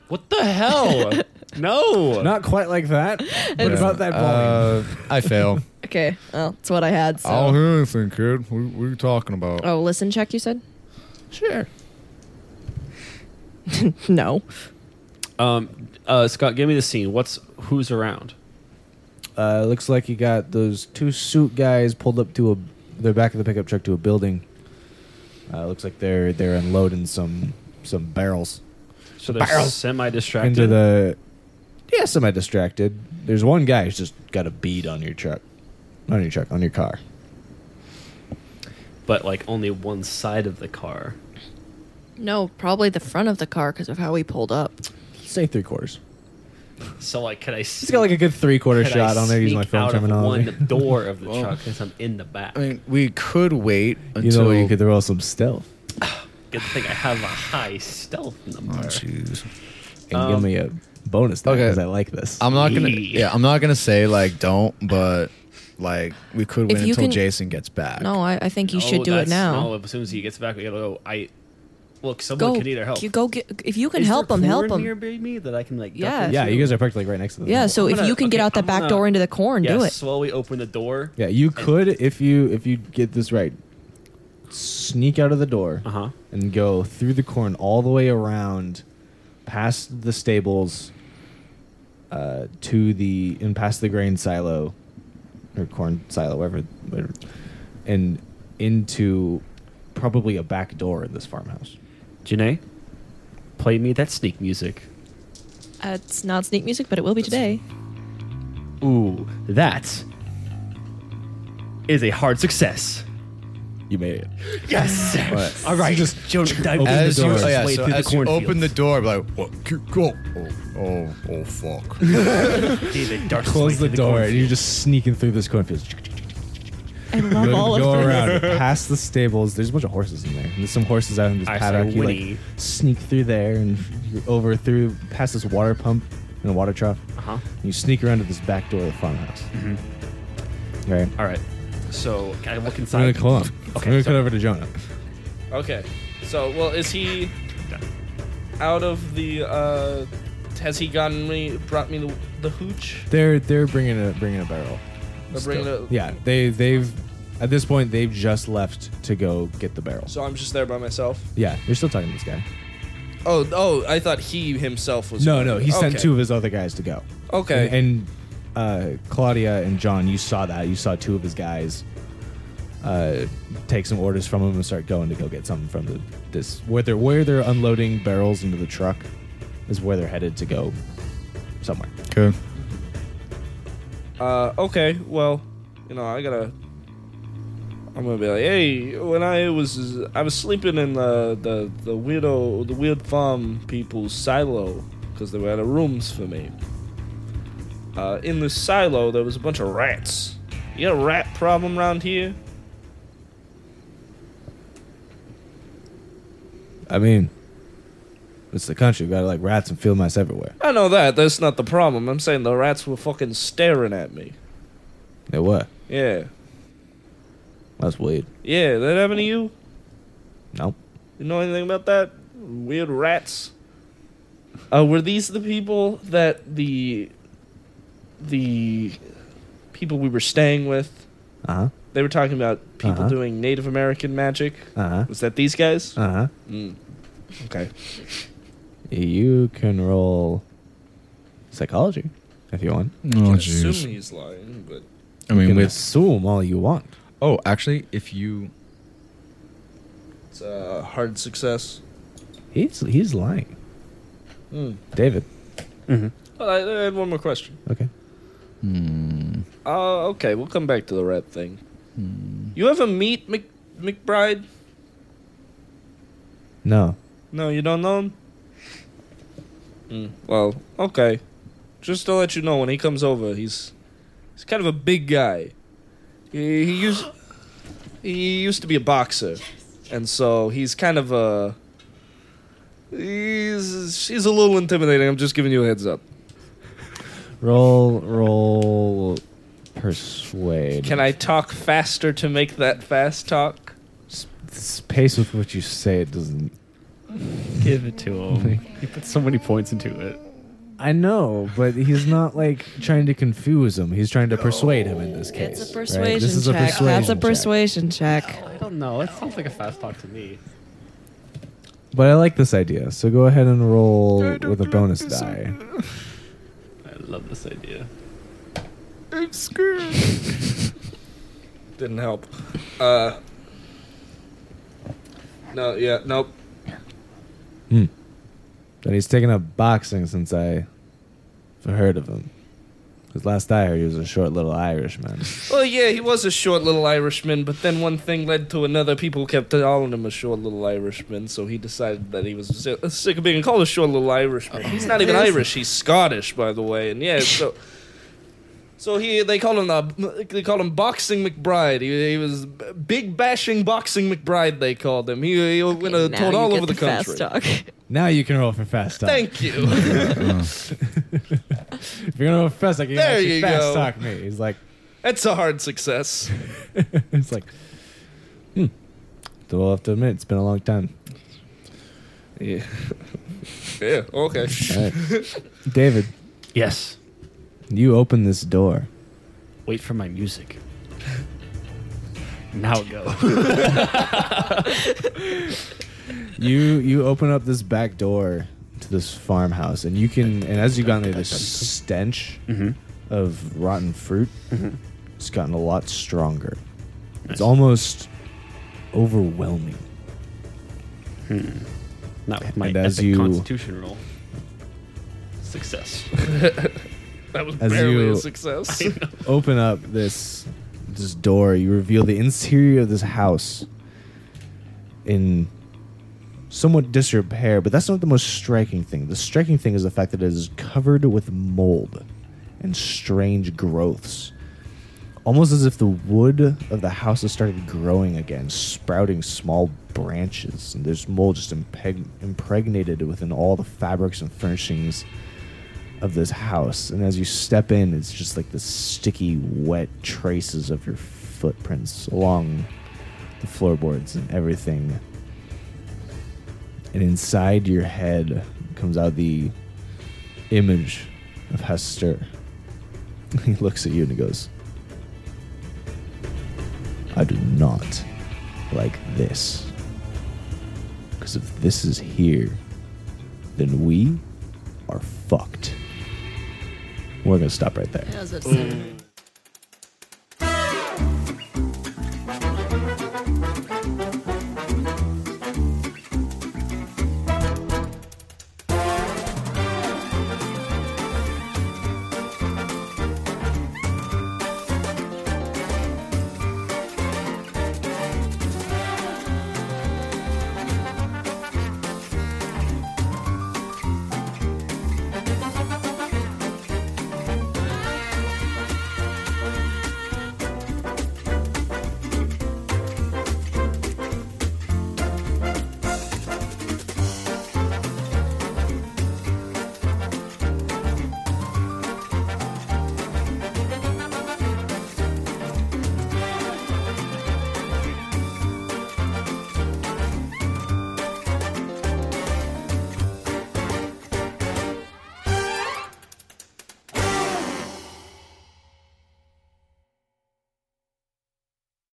S6: What the hell? no.
S5: Not quite like that. But
S8: It's-
S5: about that volume.
S2: uh, I fail.
S8: Okay, well, that's what I had. So.
S2: I don't hear anything, kid. What, what are you talking about?
S8: oh, listen, check. You said
S5: sure.
S8: no.
S6: Um, uh, Scott, give me the scene. What's who's around?
S5: Uh, looks like you got those two suit guys pulled up to a their back of the pickup truck to a building. Uh, looks like they're they're unloading some some barrels
S6: So they're semi distracted.
S5: into the. Yeah, semi distracted. There's one guy who's just got a bead on your truck, on your truck, on your car.
S6: but like only one side of the car.
S8: No, probably the front of the car because of how we pulled up.
S5: Say three quarters.
S6: So like, can I?
S5: He's got like a good three quarter
S6: could I
S5: shot on there. Using my
S6: sneak
S5: film
S6: out of
S5: terminology.
S6: One door of the
S2: Well,
S6: truck because I'm in the back.
S2: I mean, we could wait
S5: You
S2: until
S5: know, you could roll some stealth
S6: Good thing I have a high stealth
S2: Oh,
S6: number.
S2: Jeez.
S5: and
S6: Um,
S5: give me a bonus
S2: okay.
S5: because I like this.
S6: Uh,
S2: I'm not gonna.
S6: Yeah.
S2: Yeah, I'm not gonna say like don't, but like we could
S8: If
S2: wait
S8: you
S2: until
S8: can-
S2: Jason gets back.
S8: No, I, I think you
S6: No,
S8: should do it
S6: Oh, that's-
S8: now.
S6: No, as soon as he gets back, we gotta go. I look. Someone
S8: go.
S6: can either help.
S8: You go get if you can
S6: Is
S8: help
S6: there
S8: him. Help
S6: corn Here,
S8: him.
S6: baby, that I can like. duck
S8: Yeah.
S6: into?
S5: yeah, you guys are practically like right next to them.
S8: Yeah. So
S6: I'm
S8: if
S6: gonna-
S8: you can get
S6: okay,
S8: out the
S6: I'm
S8: back
S6: gonna-
S8: door into the corn,
S6: yeah,
S8: do it.
S6: Slowly open the door.
S5: yeah, you could if you if you get this right, sneak out of the door
S6: Uh huh.
S5: and go through the corn all the way around, past the stables, uh, to the and past the grain silo, or corn silo, whatever, whatever and into probably a back door in this farmhouse.
S6: Janae, play me that sneak music.
S8: Uh, it's not sneak music, but it will be today.
S6: Ooh, that is a hard success.
S5: You made it.
S6: Yes. All right. Just dive
S2: As you,
S5: door.
S2: oh, yeah,
S6: Way
S2: so
S6: through the
S2: as you
S6: cornfield.
S2: open the door, be like, what? Keep go. Oh, oh, oh, fuck.
S6: David darts his way
S5: Close
S6: through
S5: the door,
S6: cornfield.
S5: and you're just sneaking through this cornfield.
S8: I love all
S5: go
S8: of this.
S5: around past the stables. There's a bunch of horses in there. And there's some horses out in this
S6: I say
S5: paddock. You
S6: whinny.
S5: like sneak through there and you're over through past this water pump and a water trough.
S6: Uh-huh.
S5: And you sneak around to this back door of the farmhouse. Right.
S6: All right. So can I look
S5: I'm gonna
S6: inside.
S5: call him. I'm
S6: Okay,
S5: gonna
S6: so-
S5: cut over to Jonah.
S7: Okay. So, well, is he out of the? uh Has he gotten me? Brought me the, the hooch?
S5: They're they're bringing a bringing a barrel.
S7: They're bringing
S5: Still.
S7: it-
S5: Yeah. They they've at this point they've just left to go get the barrel.
S7: So I'm just there by myself.
S5: yeah. You're still talking to this guy.
S7: Oh, oh! I thought he himself was.
S5: No, no. He sent
S7: Okay.
S5: two of his other guys to go.
S7: Okay.
S5: And, and, uh, Claudia and John, you saw that. You saw two of his guys uh, take some orders from him and start going to go get something from the, this where they're where they're unloading barrels into the truck is where they're headed to go somewhere.
S2: Okay.
S7: Uh, okay, well, you know, I gotta. I'm gonna be like, hey, when I was I was sleeping in the the, the weirdo the weird farm people's silo because they were out of rooms for me. Uh, in this silo, there was a bunch of rats. You got a rat problem around here?
S5: I mean, it's the country. We got like rats and field mice everywhere.
S7: I know that. That's not the problem. I'm saying the rats were fucking staring at me.
S5: They what?
S7: Yeah,
S5: That's weird.
S7: yeah. That happened to you?
S5: Nope.
S7: You know anything about that? Weird rats. Uh, were these the people that the the people we were staying with?
S2: Uh-huh.
S5: Uh
S7: They were talking about people
S5: Uh-huh.
S7: doing Native American magic.
S5: huh. Uh
S2: Uh-huh.
S5: huh.
S7: Was that these guys?
S5: Uh huh.
S7: Mm.
S5: Oh,
S7: Okay.
S5: You can roll psychology if you want.
S2: Oh,
S7: I
S2: jeez.
S7: assume he's lying, but
S2: I
S5: You
S2: mean,
S5: can
S2: with
S5: assume all you want.
S2: oh, actually, if you
S7: it's a hard success.
S5: He's he's lying.
S7: Mm.
S5: David.
S7: Well, I, I had one more question.
S5: Okay.
S7: Uh, okay, we'll come back to the rat thing. You ever meet Mc, McBride?
S5: No.
S7: No, you don't know him? Mm, well, okay. Just to let you know, when he comes over, he's he's kind of a big guy. He, he used he used to be a boxer, and so he's kind of a he's he's a little intimidating. I'm just giving you a heads up.
S5: Roll roll persuade.
S7: Can I talk faster to make that fast talk?
S5: This pace with what you say it doesn't
S6: Give it to him. he put so many points into it.
S5: I know, but he's not like trying to confuse him. He's trying to persuade him in this case.
S8: It's a
S5: right?
S8: persuasion
S5: This is
S8: check. That's a
S5: check.
S8: persuasion check.
S6: I don't know. That sounds like a fast talk to me.
S5: But I like this idea. So go ahead and roll with a bonus die.
S6: I love this idea.
S7: Didn't help. Uh, no, yeah, nope.
S5: And he's taken up boxing since I heard of him. Because last I heard, he was a short little Irishman.
S7: Well, yeah, he was a short little Irishman, but then one thing led to another. People kept calling him a short little Irishman, so he decided that he was si- sick of being called a short little
S8: Oh,
S7: Irishman. He's not even Irish; he's Scottish, by the way. And yeah, so so he they called him the they called him Boxing McBride. He, he was b- Big Bashing Boxing McBride. They called him. He, he went uh,
S8: Okay, now
S7: told
S8: you
S7: all
S8: get
S7: over the,
S8: fast
S7: country.
S8: talk.
S5: now you can roll for fast talk.
S7: Thank you.
S5: if you're gonna roll for fast talk, you can
S7: There
S5: actually
S7: you
S5: fast
S7: go.
S5: talk me. He's like,
S7: That's a hard success.
S5: it's like, hmm. So we'll have to admit, it's been a long time.
S7: Yeah. yeah. Okay.
S5: All right. David,
S6: Yes.
S5: you open this door.
S6: Wait for my music. Now go.
S5: you you open up this back door to this farmhouse and you can and as you got in there the stench of rotten fruit it's gotten a lot stronger it's almost overwhelming
S6: Not with my
S5: And as
S6: epic
S5: you-
S6: constitution roll. Success.
S7: That was
S5: As
S7: barely
S5: you-
S7: a success.
S5: open up this this door you reveal the interior of this house in somewhat disrepair but that's not the most striking thing the striking thing is the fact that it is covered with mold and strange growths almost as if the wood of the house has started growing again, sprouting small branches, and there's mold just impeg- impregnated within all the fabrics and furnishings of this house. And as you step in, it's just like the sticky, wet traces of your footprints along the floorboards and everything. And inside your head comes out the image of Hester. He looks at you and he goes, I do not like this. Because if this is here, then we are fucked. We're going to stop right there.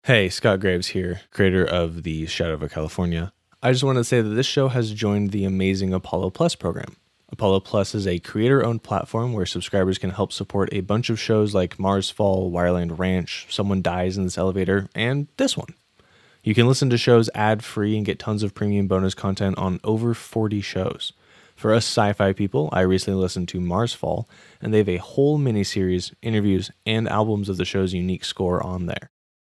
S1: Hey, Scott Graves here, creator of the Shadow of California. I just want to say that this show has joined the amazing Apollo Plus program. Apollo Plus is a creator owned platform where subscribers can help support a bunch of shows like Mars Fall, Wireland Ranch, Someone Dies in This Elevator, and this one. You can listen to shows ad free and get tons of premium bonus content on over 40 shows. For us sci fi people, I recently listened to Mars Fall, and they have a whole miniseries, interviews, and albums of the show's unique score on there.